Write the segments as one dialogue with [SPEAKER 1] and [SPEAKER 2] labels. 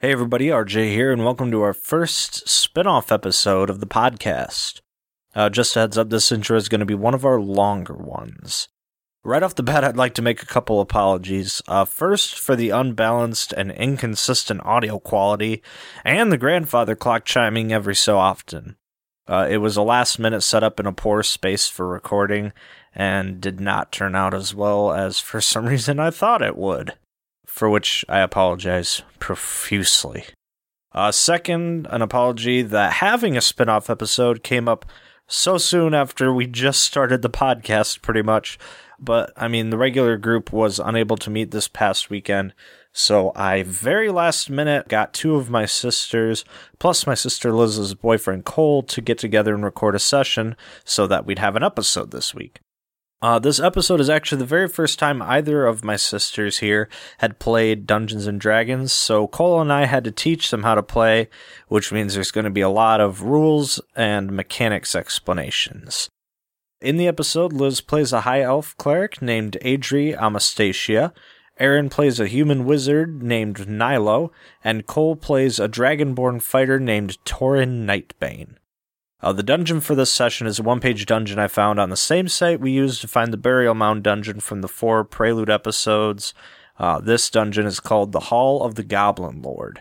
[SPEAKER 1] Hey everybody, RJ here, and welcome to our first spin-off episode of the podcast. Uh, just a heads up, this intro is going to be one of our longer ones. Right off the bat, I'd like to make a couple apologies. Uh, first, for the unbalanced and inconsistent audio quality, and the grandfather clock chiming every so often. Uh, it was a last-minute setup in a poor space for recording, and did not turn out as well as for some reason I thought it would for which I apologize profusely. Uh, second, an apology that having a spin off episode came up so soon after we just started the podcast, pretty much. But I mean, the regular group was unable to meet this past weekend, so I very last minute got two of my sisters, plus my sister Liz's boyfriend Cole, to get together and record a session so that we'd have an episode this week. Uh, this episode is actually the very first time either of my sisters here had played Dungeons and Dragons, so Cole and I had to teach them how to play, which means there's going to be a lot of rules and mechanics explanations. In the episode, Liz plays a high elf cleric named Adri Amastasia, Aaron plays a human wizard named Nilo, and Cole plays a dragonborn fighter named Torin Nightbane. Uh, the dungeon for this session is a one page dungeon I found on the same site we used to find the Burial Mound dungeon from the four Prelude episodes. Uh, this dungeon is called the Hall of the Goblin Lord.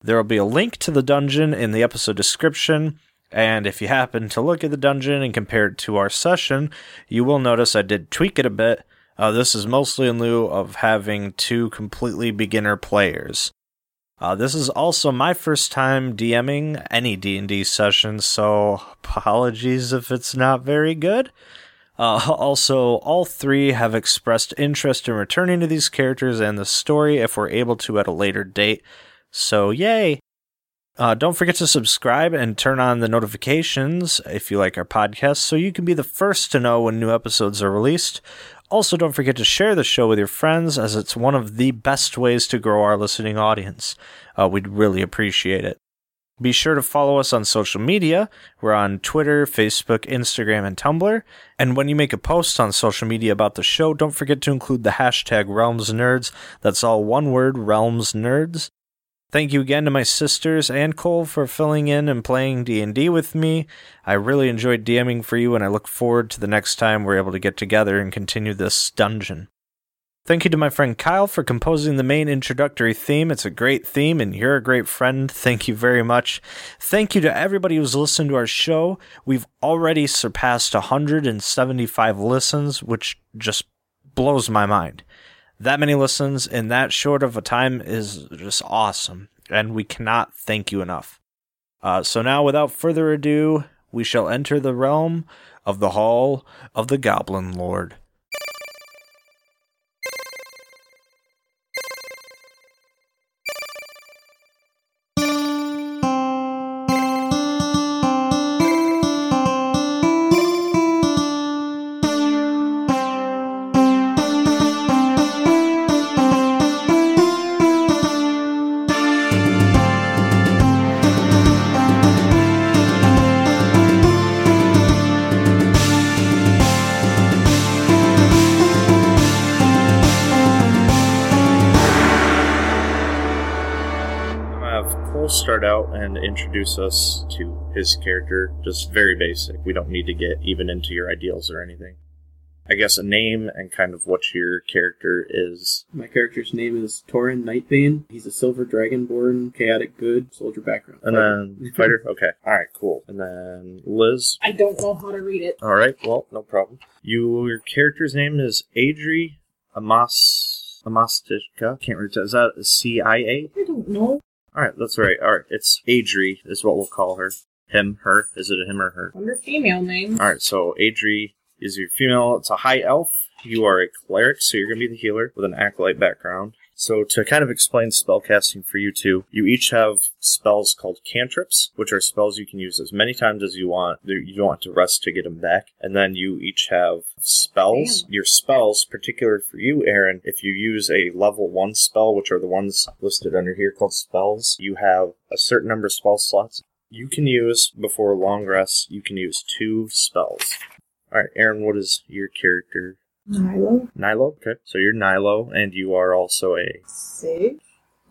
[SPEAKER 1] There will be a link to the dungeon in the episode description, and if you happen to look at the dungeon and compare it to our session, you will notice I did tweak it a bit. Uh, this is mostly in lieu of having two completely beginner players. Uh, this is also my first time DMing any D and D session, so apologies if it's not very good. Uh, also, all three have expressed interest in returning to these characters and the story if we're able to at a later date. So, yay! Uh, don't forget to subscribe and turn on the notifications if you like our podcast so you can be the first to know when new episodes are released. Also, don't forget to share the show with your friends as it's one of the best ways to grow our listening audience. Uh, we'd really appreciate it. Be sure to follow us on social media. We're on Twitter, Facebook, Instagram, and Tumblr. And when you make a post on social media about the show, don't forget to include the hashtag RealmsNerds. That's all one word, RealmsNerds. Thank you again to my sisters and Cole for filling in and playing D&D with me. I really enjoyed DMing for you and I look forward to the next time we're able to get together and continue this dungeon. Thank you to my friend Kyle for composing the main introductory theme. It's a great theme, and you're a great friend. Thank you very much. Thank you to everybody who's listened to our show. We've already surpassed 175 listens, which just blows my mind. That many listens in that short of a time is just awesome, and we cannot thank you enough. Uh, so now, without further ado, we shall enter the realm of the Hall of the Goblin Lord. I'm gonna have Cole start out and introduce us to his character. Just very basic. We don't need to get even into your ideals or anything. I guess a name and kind of what your character is.
[SPEAKER 2] My character's name is Torin Nightbane. He's a silver dragonborn, chaotic good, soldier background.
[SPEAKER 1] And then fighter. Okay. All right. Cool. And then Liz.
[SPEAKER 3] I don't know how to read it.
[SPEAKER 1] All right. Well, no problem. Your character's name is Adri Amas Amastika. Can't read that. Is that C I A?
[SPEAKER 3] I don't know.
[SPEAKER 1] All right, that's right. All right, it's Adri is what we'll call her. Him, her. Is it a him or her?
[SPEAKER 3] Under female name.
[SPEAKER 1] All right, so Adri is your female. It's a high elf. You are a cleric, so you're going to be the healer with an acolyte background. So to kind of explain spellcasting for you two, you each have spells called cantrips, which are spells you can use as many times as you want. You don't want to rest to get them back. And then you each have spells.
[SPEAKER 3] Damn.
[SPEAKER 1] Your spells, particular for you, Aaron, if you use a level one spell, which are the ones listed under here called spells, you have a certain number of spell slots. You can use before long rest. You can use two spells. All right, Aaron, what is your character?
[SPEAKER 3] Milo.
[SPEAKER 1] Nilo. Okay, so you're Nilo, and you are also a
[SPEAKER 3] Sage.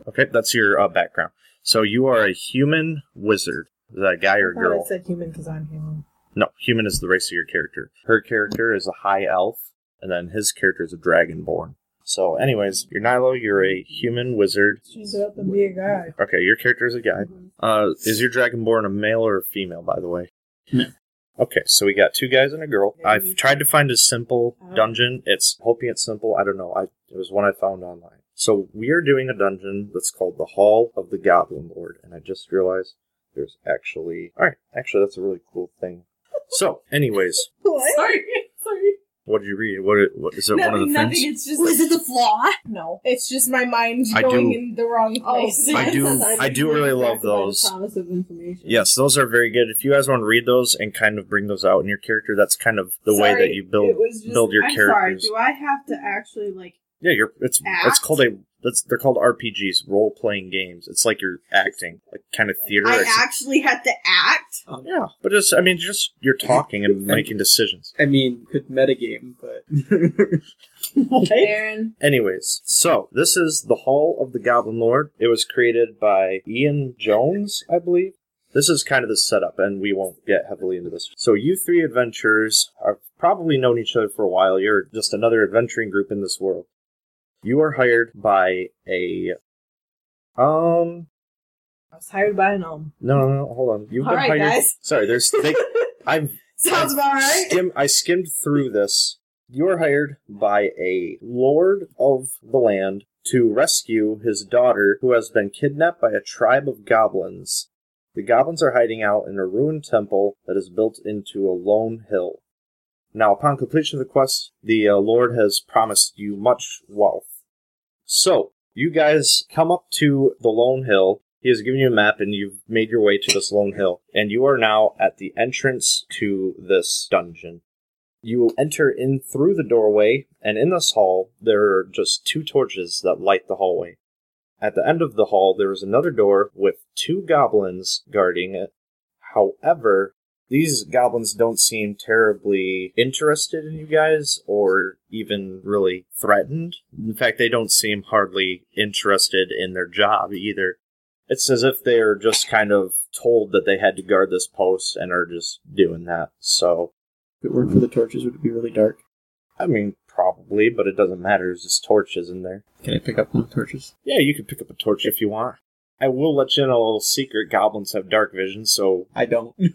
[SPEAKER 1] Okay, that's your uh, background.
[SPEAKER 4] So you are a human wizard. Is that a guy or
[SPEAKER 5] I
[SPEAKER 4] a
[SPEAKER 5] thought
[SPEAKER 4] girl?
[SPEAKER 5] I said human because I'm human.
[SPEAKER 4] No, human is the race of your character. Her character is a high elf, and then his character is a dragonborn. So, anyways, you're Nilo. You're a human wizard.
[SPEAKER 5] Change it up and be a guy.
[SPEAKER 4] Okay, your character is a guy.
[SPEAKER 3] Mm-hmm.
[SPEAKER 4] Uh, is your dragonborn a male or a female, by the way?
[SPEAKER 2] No.
[SPEAKER 4] Okay, so we got two guys and a girl. I've tried to find a simple
[SPEAKER 3] Oh.
[SPEAKER 4] dungeon. It's hoping it's simple. I don't know. I it was one I found online. So we are doing a dungeon that's called the Hall of the Goblin Lord, and I just realized there's actually all right. Actually, that's a really cool thing. So, anyways,
[SPEAKER 5] What?
[SPEAKER 3] Sorry. Sorry.
[SPEAKER 4] what did you read? What, what is it? one of the
[SPEAKER 3] nothing.
[SPEAKER 4] things
[SPEAKER 3] It's just.
[SPEAKER 5] Oh,
[SPEAKER 3] Was it the flaw?
[SPEAKER 5] No, Oh, it's just my mind
[SPEAKER 4] I
[SPEAKER 5] going
[SPEAKER 4] do-
[SPEAKER 5] in the wrong place.
[SPEAKER 4] I do- I do really love those.
[SPEAKER 3] Promise of information.
[SPEAKER 4] Yes, those are very good. If you guys want to read those and kind of bring those out in your character, that's kind of the way
[SPEAKER 5] Sorry,
[SPEAKER 4] that you build
[SPEAKER 5] it was just-
[SPEAKER 4] build your
[SPEAKER 5] I'm
[SPEAKER 4] characters.
[SPEAKER 5] Sorry, do I have to actually like?
[SPEAKER 4] Yeah, you're it's it's
[SPEAKER 5] Act?
[SPEAKER 4] called a that's they're called RPGs, role playing games. It's like you're acting, like kind of theater.
[SPEAKER 5] I
[SPEAKER 4] except-
[SPEAKER 5] actually had to act.
[SPEAKER 4] yeah, but just I mean, just you're talking and making decisions.
[SPEAKER 2] I mean, could metagame, but
[SPEAKER 3] Aaron.
[SPEAKER 4] Anyways, so this is the Hall of the Goblin Lord. It was created by Ian Jones, I believe. This is kind of the setup, and we won't get heavily into this. So, you three adventurers have probably known each other for a while. You're just another adventuring group in this world. You are hired by a um
[SPEAKER 5] I was hired by an um. elm.
[SPEAKER 4] No, no, no, hold on. You've
[SPEAKER 5] All
[SPEAKER 4] been
[SPEAKER 5] right,
[SPEAKER 4] hired.
[SPEAKER 5] guys.
[SPEAKER 4] Sorry, there's. They, I'm.
[SPEAKER 5] Sounds
[SPEAKER 4] I'm
[SPEAKER 5] about right.
[SPEAKER 4] Skim, I skimmed through this. You are hired by a lord of the land to rescue his daughter, who has been kidnapped by a tribe of goblins. The goblins are hiding out in a ruined temple that is built into a lone hill. Now, upon completion of the quest, the uh, lord has promised you much wealth. So, you guys come up to the Lone Hill. He has given you a map, and you've made your way to this Lone Hill. And you are now at the entrance to this dungeon. You enter in through the doorway, and in this hall, there are just two torches that light the hallway. At the end of the hall, there is another door with two goblins guarding it. However, these goblins don't seem terribly interested in you guys or even really threatened. In fact, they don't seem hardly interested in their job either. It's as if they're just kind of told that they had to guard this post and are just doing that. So,
[SPEAKER 2] if it weren't for the torches, would it be really dark?
[SPEAKER 4] I mean, probably, but it doesn't matter. There's just torches in there.
[SPEAKER 2] Can I pick up one of the torches?
[SPEAKER 4] Yeah, you can pick up a torch if you want. I will let you in a little secret. Goblins have dark vision, so
[SPEAKER 2] I don't.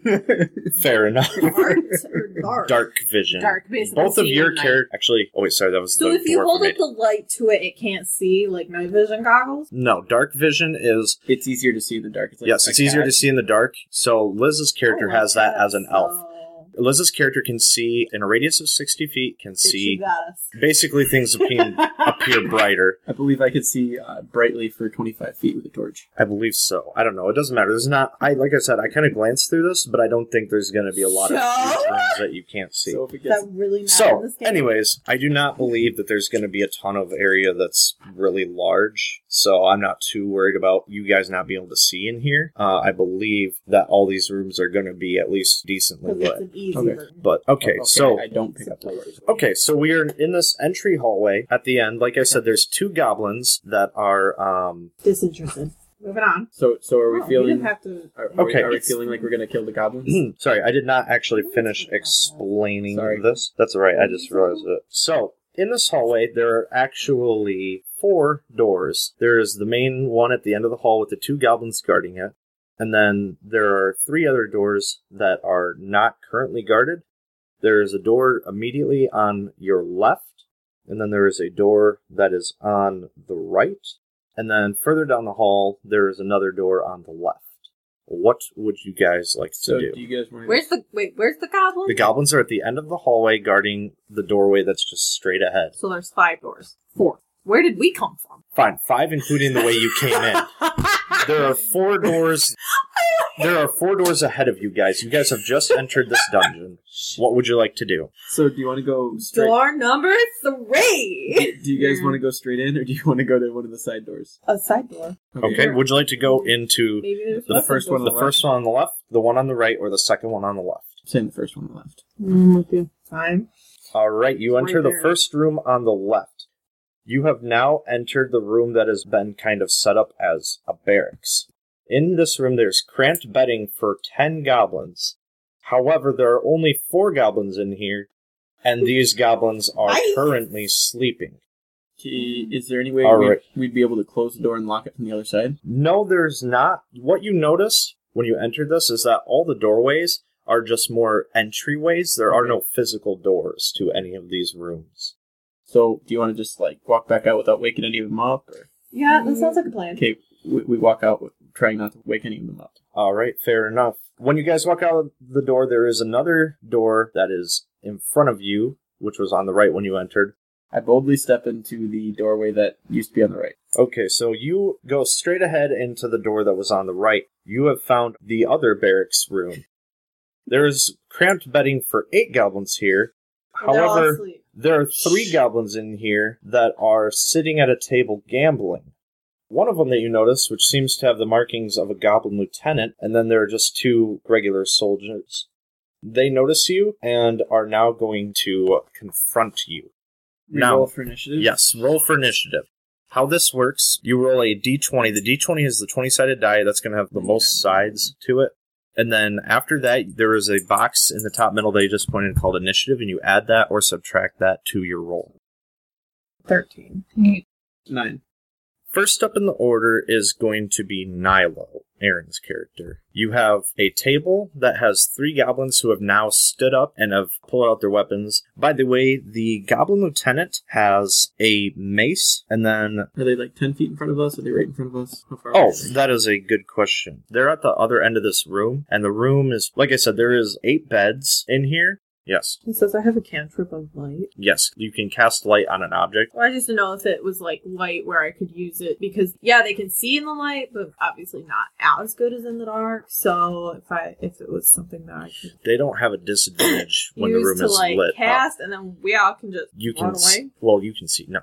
[SPEAKER 4] fair enough.
[SPEAKER 3] Art or dark.
[SPEAKER 4] Dark vision.
[SPEAKER 3] Dark, basically
[SPEAKER 4] Both of
[SPEAKER 3] seeing
[SPEAKER 4] your
[SPEAKER 3] light.
[SPEAKER 4] characters. Actually, oh wait, sorry, that was
[SPEAKER 3] So
[SPEAKER 4] the
[SPEAKER 3] if you
[SPEAKER 4] dwarf
[SPEAKER 3] hold up
[SPEAKER 4] made-
[SPEAKER 3] the light to it, it can't see like night vision goggles.
[SPEAKER 4] No, dark vision is
[SPEAKER 2] it's easier to see in the dark. It's like
[SPEAKER 4] yes,
[SPEAKER 2] a
[SPEAKER 4] it's easier
[SPEAKER 2] cat.
[SPEAKER 4] to see in the dark. So Liz's character
[SPEAKER 3] I like
[SPEAKER 4] has that as an elf.
[SPEAKER 3] Oh so-
[SPEAKER 4] Liz's character can see in a radius of sixty feet. Can
[SPEAKER 3] Bitch, you
[SPEAKER 4] see
[SPEAKER 3] got us.
[SPEAKER 4] basically things appear, appear brighter.
[SPEAKER 2] I believe I could see uh, brightly for 25 feet with a torch.
[SPEAKER 4] I believe so. I don't know. It doesn't matter. There's not. I like I said. I kind of glanced through this, but I don't think there's going to be a lot of
[SPEAKER 5] So?
[SPEAKER 4] huge things that you can't see.
[SPEAKER 2] So if it
[SPEAKER 3] Does
[SPEAKER 2] gets
[SPEAKER 3] that really matter in
[SPEAKER 4] So,
[SPEAKER 3] this game?
[SPEAKER 4] anyways, I do not believe that there's going to be a ton of area that's really large, so I'm not too worried about you guys not being able to see in here. Uh, I believe that all these rooms are going to be at least decently
[SPEAKER 3] because it's
[SPEAKER 4] lit.
[SPEAKER 3] an easy
[SPEAKER 2] Okay.
[SPEAKER 3] version.
[SPEAKER 4] But okay, so
[SPEAKER 2] I don't pick up the torches.
[SPEAKER 4] okay, so we are in this entry hallway at the end. Like I said, there's two goblins that are um,
[SPEAKER 5] Disinterested.
[SPEAKER 3] moving on.
[SPEAKER 2] So so are we
[SPEAKER 3] Oh, You
[SPEAKER 2] feeling?
[SPEAKER 3] didn't have to.
[SPEAKER 2] Are, are
[SPEAKER 4] Okay.
[SPEAKER 2] We, are we feeling like we're gonna kill the goblins?
[SPEAKER 4] Sorry, I did not actually finish explaining
[SPEAKER 2] Sorry.
[SPEAKER 4] this. That's all right. I just realized it. So, in this hallway, there are actually four doors. There is the main one at the end of the hall with the two goblins guarding it. And then there are three other doors that are not currently guarded. There is a door immediately on your left, and then there is a door that is on the right. And then further down the hall, there is another door on the left. What would you guys like to
[SPEAKER 2] so
[SPEAKER 4] do?
[SPEAKER 2] do you guys want?
[SPEAKER 3] Where's the wait? Where's the goblin?
[SPEAKER 4] The goblins are at the end of the hallway guarding the doorway that's just straight ahead.
[SPEAKER 3] So there's five doors. Four. Where did we come from?
[SPEAKER 4] Fine, five including the way you came in. There are four doors. There are four doors ahead of you guys. You guys have just entered this dungeon. What would you like to do?
[SPEAKER 2] So do you want to go straight?
[SPEAKER 3] Door number three.
[SPEAKER 2] Do you guys want to go straight in, or do you want to go to one of the side doors?
[SPEAKER 5] A side door.
[SPEAKER 4] Okay, would you like to go into
[SPEAKER 3] Maybe there's
[SPEAKER 4] the
[SPEAKER 2] The
[SPEAKER 3] nothing
[SPEAKER 2] first
[SPEAKER 3] to-
[SPEAKER 2] one on
[SPEAKER 4] the
[SPEAKER 2] the left.
[SPEAKER 4] first one on the left, the one on the right, or the second one on the left?
[SPEAKER 2] Saying the first one on the left.
[SPEAKER 5] Mm, with you. Fine.
[SPEAKER 4] All right, you
[SPEAKER 3] Right
[SPEAKER 4] enter the
[SPEAKER 3] there.
[SPEAKER 4] first room on the left. You have now entered the room that has been kind of set up as a barracks. In this room, there's cramped bedding for 10 goblins. However, there are only four goblins in here, and these goblins are
[SPEAKER 3] Nice.
[SPEAKER 4] currently sleeping.
[SPEAKER 2] Key, is there any way
[SPEAKER 4] All
[SPEAKER 2] we'd,
[SPEAKER 4] right.
[SPEAKER 2] we'd be able to close the door and lock it from the other side?
[SPEAKER 4] No, there's not. What you notice when you enter this is that all the doorways are just more entryways. There are no physical doors to any of these rooms.
[SPEAKER 2] So, do you want to just like walk back out without waking any of them up? Or...
[SPEAKER 5] Yeah, that sounds like a plan.
[SPEAKER 2] Okay, we, we walk out with, trying not to wake any of them up.
[SPEAKER 4] All right, fair enough. When you guys walk out the door, there is another door that is in front of you, which was on the right when you entered.
[SPEAKER 2] I boldly step into the doorway that used to be on the right.
[SPEAKER 4] Okay, so you go straight ahead into the door that was on the right. You have found the other barracks room. There is cramped bedding for eight goblins here.
[SPEAKER 5] They're all
[SPEAKER 4] However,
[SPEAKER 5] asleep.
[SPEAKER 4] There are three goblins in here that are sitting at a table gambling. One of them that you notice, which seems to have the markings of a goblin lieutenant, and then there are just two regular soldiers. They notice you and are now going to confront you. Now-
[SPEAKER 2] Reroll for initiative.
[SPEAKER 4] Yes, roll for initiative. How this works, you roll a d20. The d20 is the 20 sided die that's going to have the most sides to it. And then after that, there is a box in the top middle that you just pointed called initiative, and you add that or subtract that to your roll.
[SPEAKER 5] 13.
[SPEAKER 2] Nine.
[SPEAKER 4] First up in the order is going to be Nilo, Aaron's character. You have a table that has three goblins who have now stood up and have pulled out their weapons. By the way, the goblin lieutenant has a mace, and then
[SPEAKER 2] Are they like ten feet in front of us? Are they right in front of us? How far?
[SPEAKER 4] Oh,
[SPEAKER 2] away are they?
[SPEAKER 4] that is a good question. They're at the other end of this room, and the room is, like I said, there is eight beds in here. Yes,
[SPEAKER 5] He says, I have a cantrip of light.
[SPEAKER 4] yes, you can cast light on an object.
[SPEAKER 5] Well, I just didn't know if it was like light where I could use it because yeah, they can see in the light, but obviously not as good as in the dark. So if I if it was something that I could
[SPEAKER 4] They don't have a disadvantage when
[SPEAKER 5] use
[SPEAKER 4] the room
[SPEAKER 5] to
[SPEAKER 4] is
[SPEAKER 5] like
[SPEAKER 4] lit. up.
[SPEAKER 5] cast, and then we all can just
[SPEAKER 4] You
[SPEAKER 5] run
[SPEAKER 4] can, s-
[SPEAKER 5] away.
[SPEAKER 4] well, you can see. No,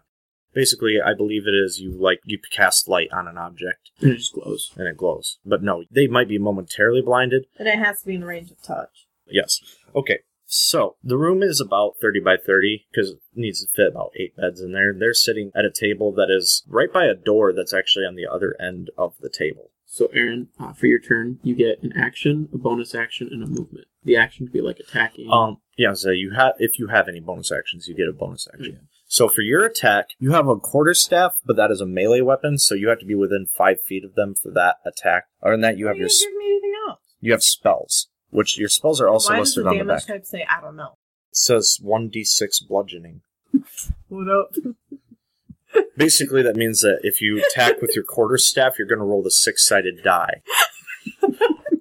[SPEAKER 4] basically, I believe it is you like you cast light on an object
[SPEAKER 2] And it just glows.
[SPEAKER 4] and it glows. But no, they might be momentarily blinded.
[SPEAKER 5] And it has to be in the range of touch.
[SPEAKER 4] Yes. Okay. So the room is about 30 by 30 because it needs to fit about eight beds in there. They're sitting at a table that is right by a door that's actually on the other end of the table.
[SPEAKER 2] So, Aaron, uh, for your turn, you get an action, a bonus action, and a movement. The action could be like attacking.
[SPEAKER 4] Um, yeah, so you have if you have any bonus actions, you get a bonus action.
[SPEAKER 5] Mm-hmm.
[SPEAKER 4] So for your attack, you have a quarter staff, but that is a melee weapon, so you have to be within five feet of them for that attack. Other than that, you
[SPEAKER 5] Why
[SPEAKER 4] have your
[SPEAKER 5] didn't
[SPEAKER 4] s-
[SPEAKER 5] give me anything else.
[SPEAKER 4] you have spells, which your spells are also
[SPEAKER 5] Why does the
[SPEAKER 4] listed on the
[SPEAKER 5] damage
[SPEAKER 4] back.
[SPEAKER 5] type say I don't know?
[SPEAKER 4] It says one d six bludgeoning.
[SPEAKER 5] What up?
[SPEAKER 4] Basically, that means that if you attack with your quarterstaff, you're going to roll the six sided die.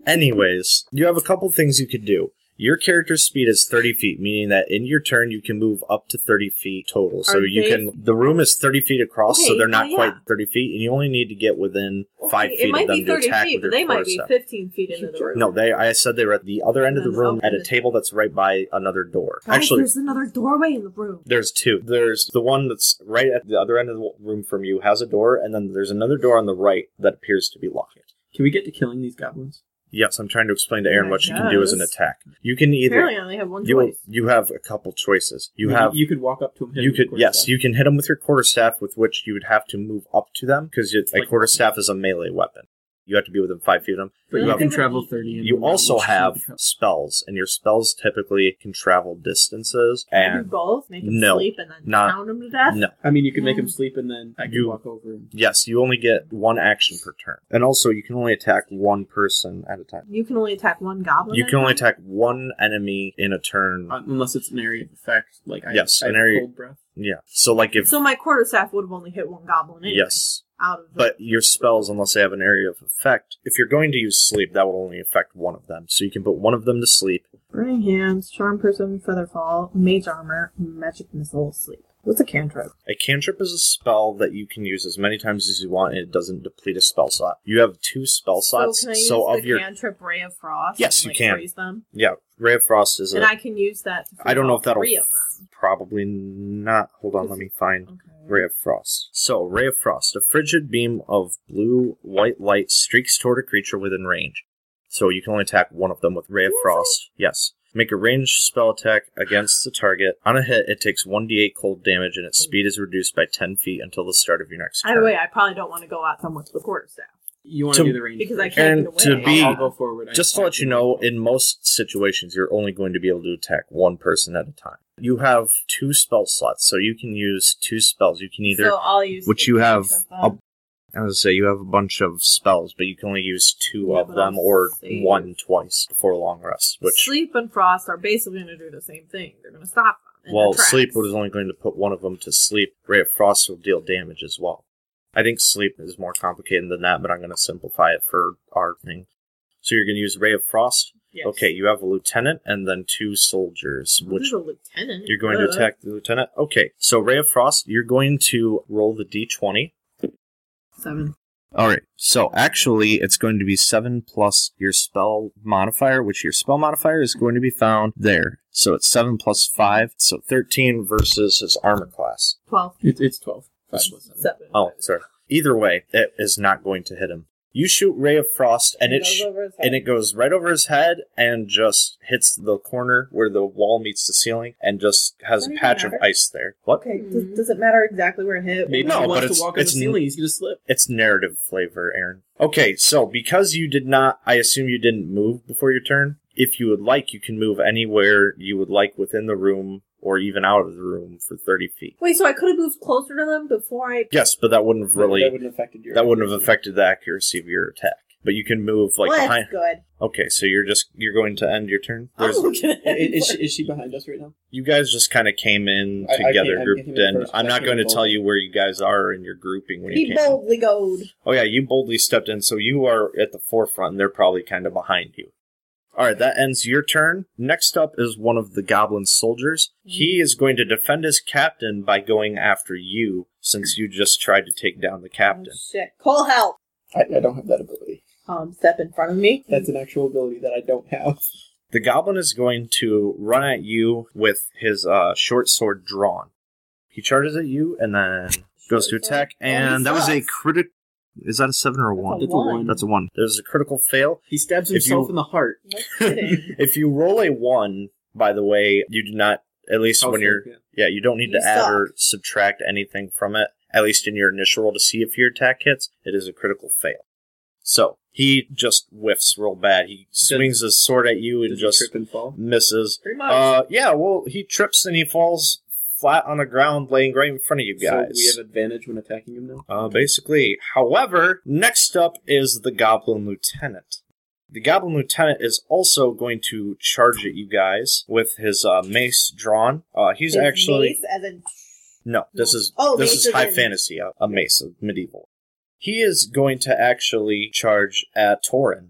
[SPEAKER 4] Anyways, you have a couple things you could do. Your character's speed is 30 feet, meaning that in your turn you can move up to 30 feet total. So
[SPEAKER 5] Are
[SPEAKER 4] you
[SPEAKER 5] they-
[SPEAKER 4] can. The room is 30 feet across, so
[SPEAKER 5] Okay,
[SPEAKER 4] they're not
[SPEAKER 5] well, yeah.
[SPEAKER 4] quite 30 feet, and you only need to get within five
[SPEAKER 5] Okay,
[SPEAKER 4] feet
[SPEAKER 5] it might
[SPEAKER 4] of them
[SPEAKER 5] be
[SPEAKER 4] to
[SPEAKER 5] thirty
[SPEAKER 4] attack
[SPEAKER 5] feet,
[SPEAKER 4] with your
[SPEAKER 5] but they might be
[SPEAKER 4] quarterstaff.
[SPEAKER 5] fifteen feet into the room.
[SPEAKER 4] No, they. I said they were at the other end of the
[SPEAKER 5] Then
[SPEAKER 4] room
[SPEAKER 5] open
[SPEAKER 4] at a
[SPEAKER 5] it.
[SPEAKER 4] table that's right by another door.
[SPEAKER 5] Guys,
[SPEAKER 4] Actually,
[SPEAKER 5] there's another doorway in the room.
[SPEAKER 4] there's two. There's the one that's right at the other end of the room from you has a door, and then there's another door on the right that appears to be locked.
[SPEAKER 2] can we get to killing these goblins?
[SPEAKER 4] Yes, I'm trying to explain to Aaron
[SPEAKER 5] I
[SPEAKER 4] what you can do as an
[SPEAKER 5] guess.
[SPEAKER 4] attack. You can either
[SPEAKER 5] Oh Apparently, I only have one
[SPEAKER 4] you
[SPEAKER 5] choice.
[SPEAKER 4] you have a couple choices. You
[SPEAKER 2] Maybe
[SPEAKER 4] have
[SPEAKER 2] You could walk up to them. hit
[SPEAKER 4] you
[SPEAKER 2] them with
[SPEAKER 4] could
[SPEAKER 2] your
[SPEAKER 4] yes
[SPEAKER 2] quarterstaff.
[SPEAKER 4] you can hit them with your quarterstaff, with which you would have to move up to them because a
[SPEAKER 2] Like-
[SPEAKER 4] quarterstaff is a melee weapon. You have to be within five feet of them.
[SPEAKER 2] But
[SPEAKER 5] Well,
[SPEAKER 2] you
[SPEAKER 5] I
[SPEAKER 2] can
[SPEAKER 5] think-
[SPEAKER 2] travel 30. And
[SPEAKER 4] You also
[SPEAKER 2] which should
[SPEAKER 4] have
[SPEAKER 2] be co-
[SPEAKER 4] spells, and your spells typically can travel distances.
[SPEAKER 5] Can I
[SPEAKER 4] And
[SPEAKER 5] do both, make him
[SPEAKER 4] No,
[SPEAKER 5] sleep, and then
[SPEAKER 4] not-
[SPEAKER 5] pound him to death.
[SPEAKER 4] no,
[SPEAKER 2] I mean, you can make them sleep and then I can
[SPEAKER 4] You-
[SPEAKER 2] walk over. And...
[SPEAKER 4] Yes, you only get one action per turn. And also, you can only attack one person at a time.
[SPEAKER 5] You can only attack one goblin.
[SPEAKER 4] You
[SPEAKER 5] at a
[SPEAKER 4] can only
[SPEAKER 5] time?
[SPEAKER 4] attack one enemy in a turn.
[SPEAKER 2] Uh, Unless it's an area of effect. Like, I,
[SPEAKER 4] Yes,
[SPEAKER 2] I
[SPEAKER 4] an
[SPEAKER 2] have
[SPEAKER 4] area-
[SPEAKER 2] cold breath.
[SPEAKER 4] Yeah. So, like, if.
[SPEAKER 5] So my quarterstaff would have only hit one goblin. Anyway,
[SPEAKER 4] Yes.
[SPEAKER 5] Out of the,
[SPEAKER 4] But your spells, unless they have an area of effect, if you're going to use sleep, that will only affect one of them. So you can put one of them to sleep.
[SPEAKER 5] burning hands, charm person, feather fall, mage armor, magic missile, sleep. What's a cantrip?
[SPEAKER 4] A cantrip is a spell that you can use as many times as you want, and it doesn't deplete a spell slot. You have two spell slots.
[SPEAKER 5] so
[SPEAKER 4] So,
[SPEAKER 5] can I use
[SPEAKER 4] of
[SPEAKER 5] the
[SPEAKER 4] your.
[SPEAKER 5] cantrip ray of frost?
[SPEAKER 4] Yes,
[SPEAKER 5] and,
[SPEAKER 4] you
[SPEAKER 5] like,
[SPEAKER 4] can.
[SPEAKER 5] Freeze them,
[SPEAKER 4] yeah, Ray of Frost is a.
[SPEAKER 5] and I can use that. To
[SPEAKER 4] I don't know if that'll
[SPEAKER 5] free of them.
[SPEAKER 4] probably not. Hold on, let me find.
[SPEAKER 5] Okay.
[SPEAKER 4] Ray of Frost. So, Ray of Frost. A frigid beam of blue white light streaks toward a creature within range. So, you can only attack one of them with Ray of
[SPEAKER 5] Really?
[SPEAKER 4] Frost. Yes. Make a ranged spell attack against the target. On a hit, it takes 1d8 cold damage and its speed is reduced by 10 feet until the start of your next turn.
[SPEAKER 5] Either way, I probably don't want to go at them with the quarterstaff.
[SPEAKER 2] You want
[SPEAKER 4] To-
[SPEAKER 2] to do the range
[SPEAKER 5] Because I
[SPEAKER 2] first.
[SPEAKER 5] can't
[SPEAKER 4] And
[SPEAKER 5] get
[SPEAKER 4] to
[SPEAKER 5] away.
[SPEAKER 4] be-
[SPEAKER 2] I'll, I'll go forward. I
[SPEAKER 4] Just to let you know, in most situations, you're only going to be able to attack one person at a time. You have two spell slots, so you can use two spells. You can either,
[SPEAKER 5] so I'll use
[SPEAKER 4] which
[SPEAKER 5] the
[SPEAKER 4] you
[SPEAKER 5] picture
[SPEAKER 4] have,
[SPEAKER 5] of um, them.
[SPEAKER 4] a, I was gonna say you have a bunch of spells, but you can only use two
[SPEAKER 5] Yeah,
[SPEAKER 4] of
[SPEAKER 5] but
[SPEAKER 4] them
[SPEAKER 5] I'll
[SPEAKER 4] or
[SPEAKER 5] save.
[SPEAKER 4] one twice before long rest. Which,
[SPEAKER 5] sleep and frost are basically going to do the same thing. They're going to stop them. in
[SPEAKER 4] well,
[SPEAKER 5] their tracks.
[SPEAKER 4] sleep was only going to put one of them to sleep. Ray of Frost will deal damage as well. I think sleep is more complicated than that, but I'm going to simplify it for our thing. So you're going to use Ray of Frost.
[SPEAKER 5] Yes.
[SPEAKER 4] Okay, you have a lieutenant and then two soldiers,
[SPEAKER 5] Well,
[SPEAKER 4] which
[SPEAKER 5] there's a lieutenant. Uh,
[SPEAKER 4] you're going to
[SPEAKER 5] Ugh.
[SPEAKER 4] attack the lieutenant. Okay, so Ray of Frost, you're going to roll the d20.
[SPEAKER 5] seven.
[SPEAKER 4] All right, so actually, it's going to be seven plus your spell modifier, which your spell modifier is going to be found there. So it's seven plus five, so 13 versus his armor class.
[SPEAKER 5] Twelve.
[SPEAKER 2] It's it's twelve. Five plus seven.
[SPEAKER 5] Seven.
[SPEAKER 4] Oh, sorry. Either way, it is not going to hit him. You shoot Ray of Frost, and it,
[SPEAKER 5] goes
[SPEAKER 4] sh-
[SPEAKER 5] over his head.
[SPEAKER 4] and it goes right over his head and just hits the corner where the wall meets the ceiling and just has a
[SPEAKER 5] Doesn't even
[SPEAKER 4] patch of
[SPEAKER 5] matter.
[SPEAKER 4] ice there. What?
[SPEAKER 5] Okay, does, does it matter exactly where it hit?
[SPEAKER 2] Maybe
[SPEAKER 4] No,
[SPEAKER 2] he
[SPEAKER 4] but
[SPEAKER 2] wants
[SPEAKER 4] it's-
[SPEAKER 2] to walk on the
[SPEAKER 4] it's n-
[SPEAKER 2] ceiling. He's gonna slip.
[SPEAKER 4] It's narrative flavor, Aaron. Okay, so because you did not, I assume you didn't move before your turn. If you would like, you can move anywhere you would like within the room or even out of the room for 30 feet.
[SPEAKER 5] Wait, so I could have moved closer to them before I.
[SPEAKER 4] Yes, but that wouldn't have really,
[SPEAKER 2] that wouldn't have affected your.
[SPEAKER 4] that wouldn't have affected the accuracy of your attack. But you can move like
[SPEAKER 5] well, that's
[SPEAKER 4] behind.
[SPEAKER 5] good.
[SPEAKER 4] Okay, so you're just you're going to end your turn.
[SPEAKER 5] I'm
[SPEAKER 4] There's,
[SPEAKER 5] looking at
[SPEAKER 2] I- Is,
[SPEAKER 5] it.
[SPEAKER 2] she- is she behind us right now?
[SPEAKER 4] you guys just kind of came in
[SPEAKER 2] I- I
[SPEAKER 4] together,
[SPEAKER 2] can't- I'm
[SPEAKER 4] grouped
[SPEAKER 2] getting in
[SPEAKER 4] in.
[SPEAKER 2] first,
[SPEAKER 4] I'm
[SPEAKER 2] I
[SPEAKER 4] not
[SPEAKER 2] can't
[SPEAKER 4] going to
[SPEAKER 2] bold.
[SPEAKER 4] tell you where you guys are in your grouping when you
[SPEAKER 5] He
[SPEAKER 4] came. in.
[SPEAKER 5] boldly goed.
[SPEAKER 4] Oh yeah, you boldly stepped in, so you are at the forefront, and they're probably kind of behind you. All right, that ends your turn. Next up is one of the goblin soldiers. He is going to defend his captain by going after you, since you just tried to take down the captain.
[SPEAKER 5] Oh, shit. Cole, help!
[SPEAKER 2] I, I don't have that ability.
[SPEAKER 5] Um, step in front of me.
[SPEAKER 2] That's an actual ability that I don't have.
[SPEAKER 4] The goblin is going to run at you with his uh, short sword drawn. He charges at you and then goes to attack,
[SPEAKER 5] he
[SPEAKER 4] and that was a
[SPEAKER 5] sucks.
[SPEAKER 4] critic. Is that a seven or a one?
[SPEAKER 2] That's a one.
[SPEAKER 4] That's a one. There's a critical fail.
[SPEAKER 2] He stabs
[SPEAKER 4] If you-
[SPEAKER 2] himself in the heart.
[SPEAKER 5] No kidding.
[SPEAKER 4] if you roll a one, by the way, you do not. At least when you're,
[SPEAKER 2] Yeah.
[SPEAKER 4] yeah, you don't need
[SPEAKER 5] You
[SPEAKER 4] to add
[SPEAKER 5] suck.
[SPEAKER 4] or subtract anything from it. At least in your initial roll to see if your attack hits, it is a critical fail. So he just whiffs real bad. He swings his sword at you and
[SPEAKER 2] Does he
[SPEAKER 4] just
[SPEAKER 2] trip and fall?
[SPEAKER 4] misses.
[SPEAKER 5] Pretty much.
[SPEAKER 4] Uh, yeah. Well, he trips and he falls flat on the ground, laying right in front of you
[SPEAKER 2] So
[SPEAKER 4] guys.
[SPEAKER 2] we have advantage when attacking him now.
[SPEAKER 4] uh, basically, however, next up is the Goblin Lieutenant. The Goblin Lieutenant is also going to charge at you guys with his uh, mace drawn. Uh, he's
[SPEAKER 5] His
[SPEAKER 4] actually
[SPEAKER 5] mace as in-
[SPEAKER 4] no, this is
[SPEAKER 5] Oh,
[SPEAKER 4] this
[SPEAKER 5] mace
[SPEAKER 4] is high
[SPEAKER 5] as in-
[SPEAKER 4] fantasy, uh, a, a mace, a medieval. He is going to actually charge at Torin.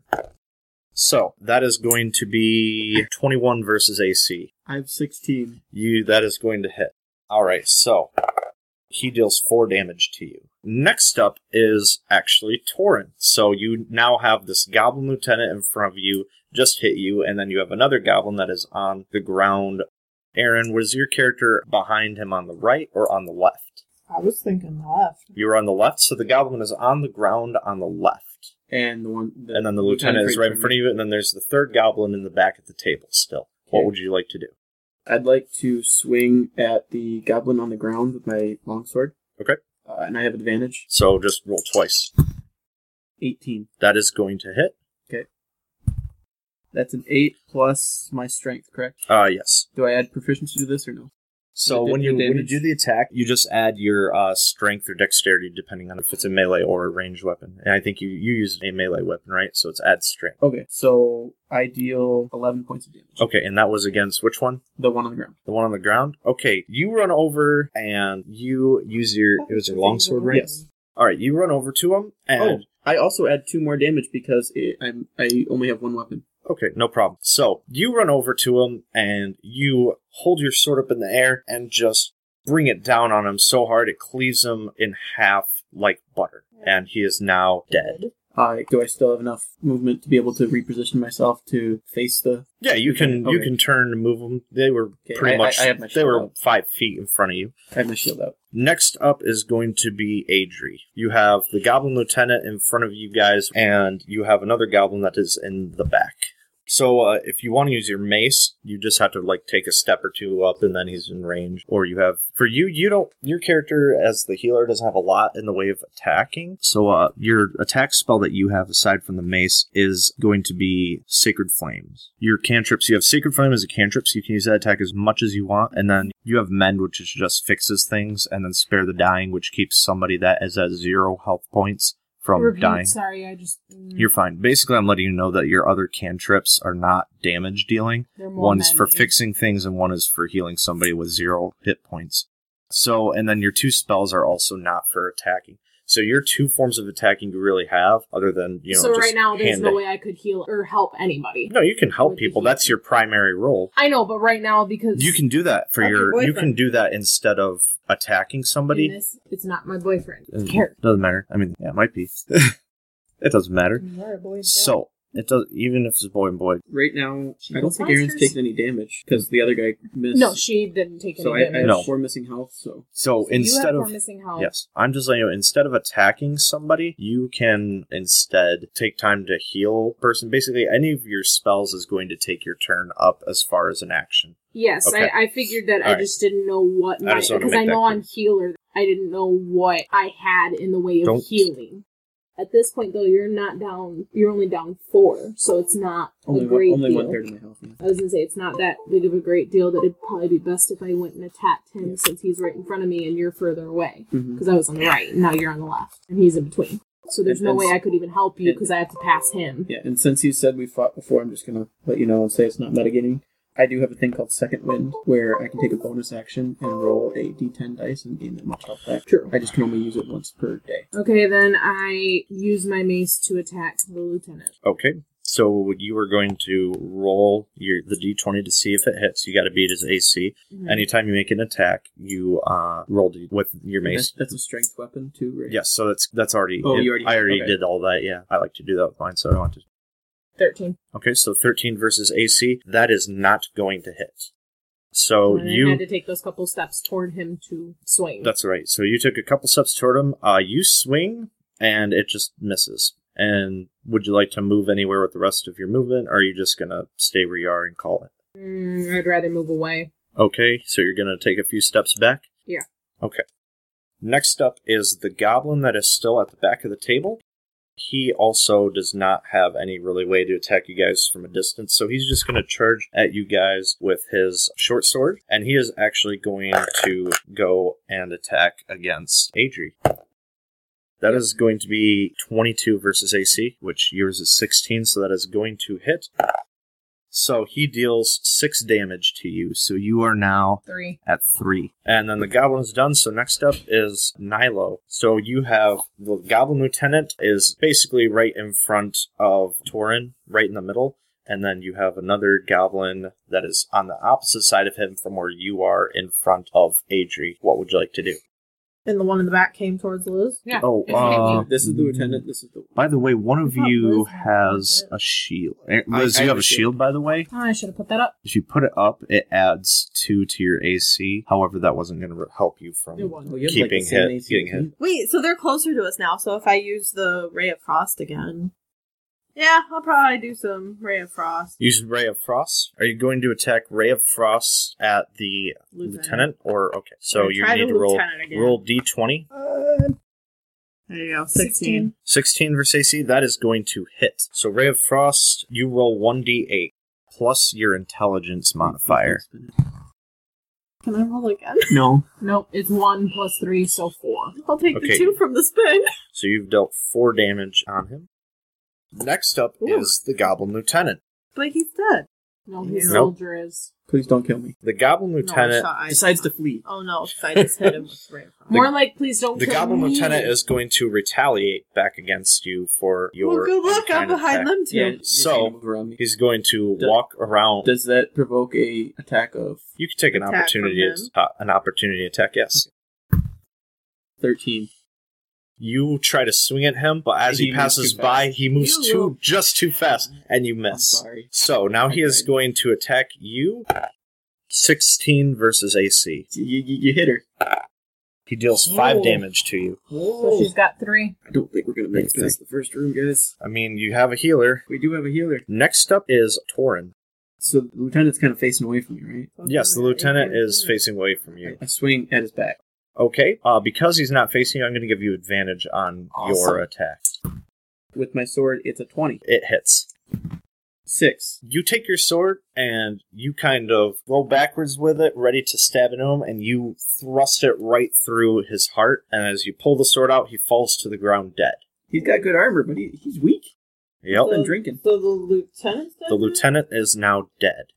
[SPEAKER 4] So that is going to be twenty-one versus AC.
[SPEAKER 2] I have sixteen.
[SPEAKER 4] You that is going to hit. All right, so he deals four damage to you. Next up is actually Torrent. So you now have this goblin lieutenant in front of you just hit you, and then you have another goblin that is on the ground. Aaron, was your character behind him on the right or on the left?
[SPEAKER 5] I was thinking left.
[SPEAKER 4] You were on the left, so the goblin is on the ground on the left.
[SPEAKER 2] And the one. The
[SPEAKER 4] And then the lieutenant is right in front of you, and then there's the third goblin in the back at the table still. What
[SPEAKER 2] Okay.
[SPEAKER 4] would you like to do?
[SPEAKER 2] I'd like to swing at the goblin on the ground with my longsword.
[SPEAKER 4] Okay.
[SPEAKER 2] Uh, and I have advantage.
[SPEAKER 4] So just roll twice.
[SPEAKER 2] Eighteen.
[SPEAKER 4] That is going to hit.
[SPEAKER 2] That's an eight plus my strength, correct?
[SPEAKER 4] Uh yes.
[SPEAKER 2] Do I add proficiency to this or no?
[SPEAKER 4] So
[SPEAKER 2] The-
[SPEAKER 4] when
[SPEAKER 2] the
[SPEAKER 4] you when you
[SPEAKER 2] damage?
[SPEAKER 4] do the attack, you just add your uh, strength or dexterity, depending on if it's a melee or a ranged weapon. And I think you you used a melee weapon, right? So it's add strength.
[SPEAKER 2] Okay, so I deal eleven points of damage.
[SPEAKER 4] Okay, and that was against which one?
[SPEAKER 2] The one on the ground.
[SPEAKER 4] The one on the ground. Okay, you run over and you use your it was your longsword, right?
[SPEAKER 2] Yes.
[SPEAKER 4] All right, you run over to him and.
[SPEAKER 2] Oh, I also add two more damage because it, I'm I only have one weapon.
[SPEAKER 4] Okay, no problem. So you run over to him and you hold your sword up in the air and just bring it down on him so hard it cleaves him in half like butter. And he is now dead.
[SPEAKER 2] I do I still have enough movement to be able to reposition myself to face the?
[SPEAKER 4] Yeah, you can you
[SPEAKER 2] Okay.
[SPEAKER 4] can turn to move them. They were
[SPEAKER 2] Okay,
[SPEAKER 4] pretty
[SPEAKER 2] I-
[SPEAKER 4] much
[SPEAKER 2] I- I have my
[SPEAKER 4] they were
[SPEAKER 2] shield
[SPEAKER 4] five feet in front of you.
[SPEAKER 2] I have my shield out.
[SPEAKER 4] Next up is going to be Adri. You have the Goblin Lieutenant in front of you guys, and you have another Goblin that is in the back. So uh, if you want to use your mace, you just have to like take a step or two up, and then he's in range. Or you have for you, you don't. Your character as the healer doesn't have a lot in the way of attacking. So uh, your attack spell that you have aside from the mace is going to be Sacred Flames. Your cantrips, you have Sacred Flame as a cantrip, so you can use that attack as much as you want, and then you have Mend, which is just fixes things, and then Spare the Dying, which keeps somebody that is at zero health points from
[SPEAKER 5] Repeat,
[SPEAKER 4] dying.
[SPEAKER 5] Sorry, I just. mm,
[SPEAKER 4] You're fine. Basically, I'm letting you know that your other cantrips are not damage dealing.
[SPEAKER 5] they're more
[SPEAKER 4] One is for
[SPEAKER 5] manly.
[SPEAKER 4] fixing things, and one is for healing somebody with zero hit points. So, and then your two spells are also not for attacking. So, your two forms of attacking you really have, other than you know,
[SPEAKER 5] so
[SPEAKER 4] just
[SPEAKER 5] right now, there's
[SPEAKER 4] hand
[SPEAKER 5] no
[SPEAKER 4] to-
[SPEAKER 5] way I could heal or help anybody.
[SPEAKER 4] No, you can help
[SPEAKER 5] With the
[SPEAKER 4] people.
[SPEAKER 5] healing.
[SPEAKER 4] That's your primary role.
[SPEAKER 5] I know, but right now because
[SPEAKER 4] You can do that for
[SPEAKER 3] Of your
[SPEAKER 4] your. You can
[SPEAKER 3] boyfriend.
[SPEAKER 4] do that instead of attacking somebody.
[SPEAKER 5] in this, it's not my boyfriend. Care.
[SPEAKER 4] It doesn't matter. I mean, yeah, it might be. it doesn't matter. So it does. Even if it's boy and boy,
[SPEAKER 2] Right now, I don't think
[SPEAKER 5] Monsters.
[SPEAKER 2] Aaron's taking any damage because the other guy missed.
[SPEAKER 5] No, she didn't take any
[SPEAKER 2] so I, I
[SPEAKER 5] damage.
[SPEAKER 2] have
[SPEAKER 4] No.
[SPEAKER 2] four missing health. So
[SPEAKER 4] so
[SPEAKER 5] you have
[SPEAKER 4] instead
[SPEAKER 5] four
[SPEAKER 4] of
[SPEAKER 5] missing health.
[SPEAKER 4] yes, I'm just letting you. know, Instead of attacking somebody, you can instead take time to heal a person. Basically, any of your spells is going to take your turn up as far as an action.
[SPEAKER 5] Yes,
[SPEAKER 4] Okay.
[SPEAKER 5] I, I figured that I
[SPEAKER 4] Alright.
[SPEAKER 5] just didn't know what my
[SPEAKER 4] just wanted to
[SPEAKER 5] because
[SPEAKER 4] make
[SPEAKER 5] I
[SPEAKER 4] that
[SPEAKER 5] know
[SPEAKER 4] clear.
[SPEAKER 5] I'm healer. I didn't know what I had in the way of
[SPEAKER 4] Don't-
[SPEAKER 5] healing. At this point, though, you're not down. You're only down four, so it's not
[SPEAKER 2] only
[SPEAKER 5] a
[SPEAKER 2] one,
[SPEAKER 5] great
[SPEAKER 2] only
[SPEAKER 5] deal.
[SPEAKER 2] one third of my health. now.
[SPEAKER 5] I was gonna say it's not that big of a great deal. That it'd probably be best if I went and attacked him since he's right in front of me and you're further away.
[SPEAKER 2] Mhm.
[SPEAKER 5] Because I was on the right, and now you're on the left, and he's in between. So there's
[SPEAKER 2] And-
[SPEAKER 5] no
[SPEAKER 2] and-
[SPEAKER 5] way I could even help you
[SPEAKER 2] and-
[SPEAKER 5] because I have to pass him.
[SPEAKER 2] Yeah, and since you said we fought before, I'm just gonna let you know and say it's not metagaming. I do have a thing called Second Wind where I can take a bonus action and roll a d10 dice and gain that much health back.
[SPEAKER 5] True.
[SPEAKER 2] I just can only use it once per day.
[SPEAKER 5] Okay, then I use my mace to attack the lieutenant.
[SPEAKER 4] Okay. So you are going to roll your the d20 to see if it hits. You got to beat his AC. Anytime you make an attack, you uh, roll d- with your mace.
[SPEAKER 2] That's, that's a strength weapon too, right?
[SPEAKER 4] Yes, so that's that's already.
[SPEAKER 2] Oh, you already-
[SPEAKER 4] I already
[SPEAKER 2] okay.
[SPEAKER 4] did all that. Yeah, I like to do that with mine, so I don't want to.
[SPEAKER 5] Thirteen.
[SPEAKER 4] Okay, so 13 versus AC, that is not going to hit. So
[SPEAKER 5] and I
[SPEAKER 4] Oh, you.
[SPEAKER 5] had to take those couple steps toward him to swing.
[SPEAKER 4] That's right. So you took a couple steps toward him. Uh, you swing, and it just misses. And would you like to move anywhere with the rest of your movement, or are you just gonna stay where you are and call it?
[SPEAKER 5] Mm, I'd rather move away.
[SPEAKER 4] Okay, so you're gonna take a few steps back.
[SPEAKER 5] Yeah.
[SPEAKER 4] Okay. Next up is the goblin that is still at the back of the table. He also does not have any really way to attack you guys from a distance, so he's just going to charge at you guys with his short sword, and he is actually going to go and attack against Adri. That is going to be 22 versus AC, which yours is 16, so that is going to hit. So he deals 6 damage to you, so you are now
[SPEAKER 5] Three.
[SPEAKER 4] at three. And then the goblin's done, so next up is Nilo. So you have the goblin lieutenant is basically right in front of Torin, right in the middle. And then you have another goblin that is on the opposite side of him from where you are in front of Adri. What would you like to do?
[SPEAKER 5] And the one in the back came towards Liz.
[SPEAKER 3] Yeah.
[SPEAKER 4] Oh,
[SPEAKER 3] It's gonna
[SPEAKER 4] uh,
[SPEAKER 2] This is the lieutenant. This is the
[SPEAKER 4] By the way, one of
[SPEAKER 5] I thought
[SPEAKER 4] you
[SPEAKER 5] Liz had
[SPEAKER 4] has
[SPEAKER 5] it.
[SPEAKER 4] a shield.
[SPEAKER 2] I-
[SPEAKER 4] Liz,
[SPEAKER 2] I
[SPEAKER 4] you have
[SPEAKER 2] have
[SPEAKER 4] a
[SPEAKER 2] a
[SPEAKER 4] shield, by the way.
[SPEAKER 5] Oh, I should have put that up.
[SPEAKER 4] If you put it up, it adds two to your AC. However, that wasn't going to help you from
[SPEAKER 5] It wasn't.
[SPEAKER 2] Oh, you have, like,
[SPEAKER 4] keeping
[SPEAKER 2] the same
[SPEAKER 4] hit,
[SPEAKER 2] AC
[SPEAKER 4] getting
[SPEAKER 2] as me.
[SPEAKER 4] hit.
[SPEAKER 5] Wait,
[SPEAKER 3] So they're closer to us now, so if I use the Ray of Frost again. Yeah, I'll probably do some Ray of Frost.
[SPEAKER 4] Use Ray of Frost. Are you going to attack Ray of Frost at the lieutenant, or okay? So
[SPEAKER 3] Or
[SPEAKER 4] you
[SPEAKER 3] try
[SPEAKER 4] need
[SPEAKER 3] the
[SPEAKER 4] to roll
[SPEAKER 3] lieutenant again.
[SPEAKER 4] roll d20.
[SPEAKER 3] There you
[SPEAKER 5] 16.
[SPEAKER 3] go, 16.
[SPEAKER 4] 16 versus AC. That is going to hit. So Ray of Frost, you roll 1d8 plus your intelligence modifier.
[SPEAKER 3] Can I roll again?
[SPEAKER 2] No.
[SPEAKER 5] Nope, it's one plus three, so four.
[SPEAKER 3] I'll take
[SPEAKER 4] Okay.
[SPEAKER 3] the two from the spin.
[SPEAKER 4] So you've dealt four damage on him. Next up
[SPEAKER 3] Ooh.
[SPEAKER 4] is the Goblin Lieutenant.
[SPEAKER 3] But he's dead.
[SPEAKER 5] No, his
[SPEAKER 3] Nope.
[SPEAKER 5] soldier is
[SPEAKER 2] Please don't kill me.
[SPEAKER 4] The Goblin
[SPEAKER 3] No, I
[SPEAKER 4] Lieutenant.
[SPEAKER 3] shot- I-
[SPEAKER 2] Decides to flee.
[SPEAKER 3] Oh no, I just hit him with Ray of Frost.
[SPEAKER 5] more like please don't.
[SPEAKER 4] the
[SPEAKER 5] kill
[SPEAKER 4] Goblin
[SPEAKER 5] me.
[SPEAKER 4] Lieutenant is going to retaliate back against you for your.
[SPEAKER 3] well, good luck.
[SPEAKER 4] unkind
[SPEAKER 3] I'm behind
[SPEAKER 4] attack.
[SPEAKER 3] them too.
[SPEAKER 2] Yeah.
[SPEAKER 4] So-
[SPEAKER 2] move around me.
[SPEAKER 4] He's going to
[SPEAKER 2] Does-
[SPEAKER 4] walk around.
[SPEAKER 2] Does that provoke a attack of
[SPEAKER 4] You could take an
[SPEAKER 3] Attack
[SPEAKER 4] opportunity
[SPEAKER 3] from him.
[SPEAKER 4] uh, an opportunity attack. Yes,
[SPEAKER 2] thirteen?
[SPEAKER 4] you try to swing at him, but as
[SPEAKER 2] He
[SPEAKER 4] he,
[SPEAKER 2] moves
[SPEAKER 4] passes
[SPEAKER 2] too
[SPEAKER 4] by, he moves
[SPEAKER 3] You
[SPEAKER 4] too
[SPEAKER 3] will-
[SPEAKER 4] just too fast, and you miss.
[SPEAKER 2] sorry.
[SPEAKER 4] So now he is
[SPEAKER 2] Okay.
[SPEAKER 4] going to attack you. Sixteen versus AC.
[SPEAKER 2] You, you, you hit her.
[SPEAKER 4] He deals five
[SPEAKER 3] Oh.
[SPEAKER 5] Ooh.
[SPEAKER 4] damage to you.
[SPEAKER 5] So she's got three.
[SPEAKER 2] I don't think we're gonna make it
[SPEAKER 4] Big
[SPEAKER 2] past the first room, guys.
[SPEAKER 4] I mean, you have a healer.
[SPEAKER 2] We do have a healer.
[SPEAKER 4] Next up is Torin.
[SPEAKER 2] So the lieutenant's kind of facing away from you, right?
[SPEAKER 4] Yes, the lieutenant is facing away from you.
[SPEAKER 2] I swing at his back.
[SPEAKER 4] Okay, uh, because he's not facing you, I'm going to give you advantage on your
[SPEAKER 5] Awesome.
[SPEAKER 4] attack.
[SPEAKER 2] With my sword, it's a 20.
[SPEAKER 4] It hits.
[SPEAKER 2] Six.
[SPEAKER 4] You take your sword and you kind of go backwards with it, ready to stab into him, and you thrust it right through his heart. And as you pull the sword out, he falls to the ground dead.
[SPEAKER 2] He's got good armor, but he, he's weak. He's
[SPEAKER 4] Yep.
[SPEAKER 2] been drinking.
[SPEAKER 5] So the lieutenant's done
[SPEAKER 4] The
[SPEAKER 5] it?
[SPEAKER 4] lieutenant is now dead.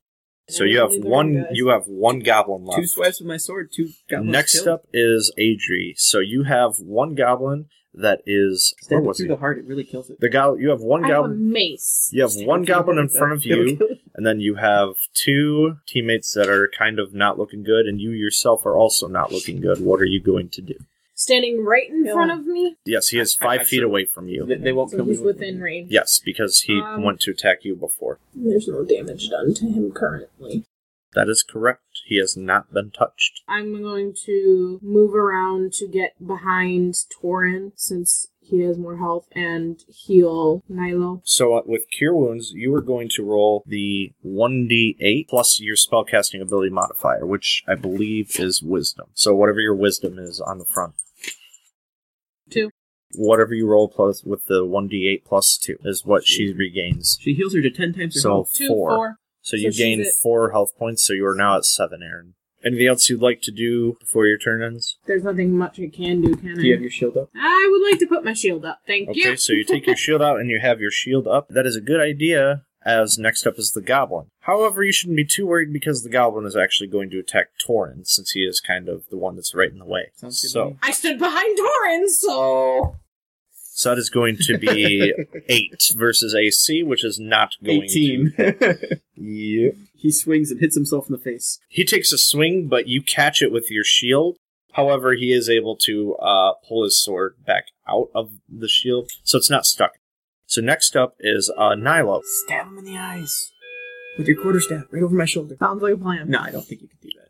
[SPEAKER 4] So you have one. You have one goblin left.
[SPEAKER 2] Two swipes with my sword, two goblins
[SPEAKER 4] Next
[SPEAKER 2] killed.
[SPEAKER 4] up is Adri. So you have one goblin that is. Where
[SPEAKER 2] Stab it
[SPEAKER 4] was
[SPEAKER 2] through
[SPEAKER 4] he?
[SPEAKER 2] the heart, it really kills it.
[SPEAKER 4] The goblin. You have one
[SPEAKER 5] I have a
[SPEAKER 4] goblin.
[SPEAKER 5] mace.
[SPEAKER 4] You have one goblin in front of you.
[SPEAKER 2] It'll kill it.
[SPEAKER 4] And then you have two teammates that are kind of not looking good, and you yourself are also not looking good. What are you going to do?
[SPEAKER 5] Standing right in
[SPEAKER 3] Yeah.
[SPEAKER 5] front of me.
[SPEAKER 4] Yes, he is
[SPEAKER 2] I- I
[SPEAKER 4] five feet
[SPEAKER 2] should-
[SPEAKER 4] away from you.
[SPEAKER 2] They, they won't
[SPEAKER 5] So
[SPEAKER 2] kill me
[SPEAKER 5] he's
[SPEAKER 2] with
[SPEAKER 5] within
[SPEAKER 2] it.
[SPEAKER 5] range.
[SPEAKER 4] Yes, because he
[SPEAKER 5] Um,
[SPEAKER 4] went to attack you before.
[SPEAKER 5] There's no damage done to him currently.
[SPEAKER 4] That is correct. He has not been touched.
[SPEAKER 5] I'm going to move around to get behind Torin since he has more health and heal Nilo.
[SPEAKER 4] So uh, with Cure Wounds, you are going to roll the 1d8 plus your spellcasting ability modifier, which I believe is Wisdom. So whatever your Wisdom is on the front.
[SPEAKER 5] Two.
[SPEAKER 4] Whatever you roll plus with the 1d8 plus 2 is what she regains.
[SPEAKER 2] She heals her to ten times her
[SPEAKER 4] So
[SPEAKER 2] health.
[SPEAKER 5] Two,
[SPEAKER 4] four.
[SPEAKER 5] four.
[SPEAKER 4] So you
[SPEAKER 5] So she's
[SPEAKER 4] gain
[SPEAKER 5] at-
[SPEAKER 4] four health points, so you are now at seven, Aaron. Anything else you'd like to do before your turn ends?
[SPEAKER 5] There's nothing much I can do, can
[SPEAKER 2] Do you have
[SPEAKER 5] I?
[SPEAKER 2] your shield up?
[SPEAKER 5] I would like to put my shield up. Thank
[SPEAKER 4] Okay,
[SPEAKER 5] you.
[SPEAKER 4] so you take your shield out and you have your shield up. That is a good idea, as next up is the goblin. However, you shouldn't be too worried because the goblin is actually going to attack Torin, since he is kind of the one that's right in the way.
[SPEAKER 2] Sounds good to
[SPEAKER 4] so,
[SPEAKER 2] me.
[SPEAKER 5] I stood behind Torin,
[SPEAKER 4] Oh.
[SPEAKER 5] so
[SPEAKER 4] so that is going to be eight versus AC, which is not going to.
[SPEAKER 2] Eighteen.
[SPEAKER 4] Yep.
[SPEAKER 2] he swings and hits himself in the face.
[SPEAKER 4] He takes a swing, but you catch it with your shield. However, he is able to uh, pull his sword back out of the shield, so it's not stuck. So next up is uh, Nilo.
[SPEAKER 2] Stab him in the eyes with your quarterstaff right over my shoulder.
[SPEAKER 3] Sounds like a plan.
[SPEAKER 2] No, I don't think you can do that.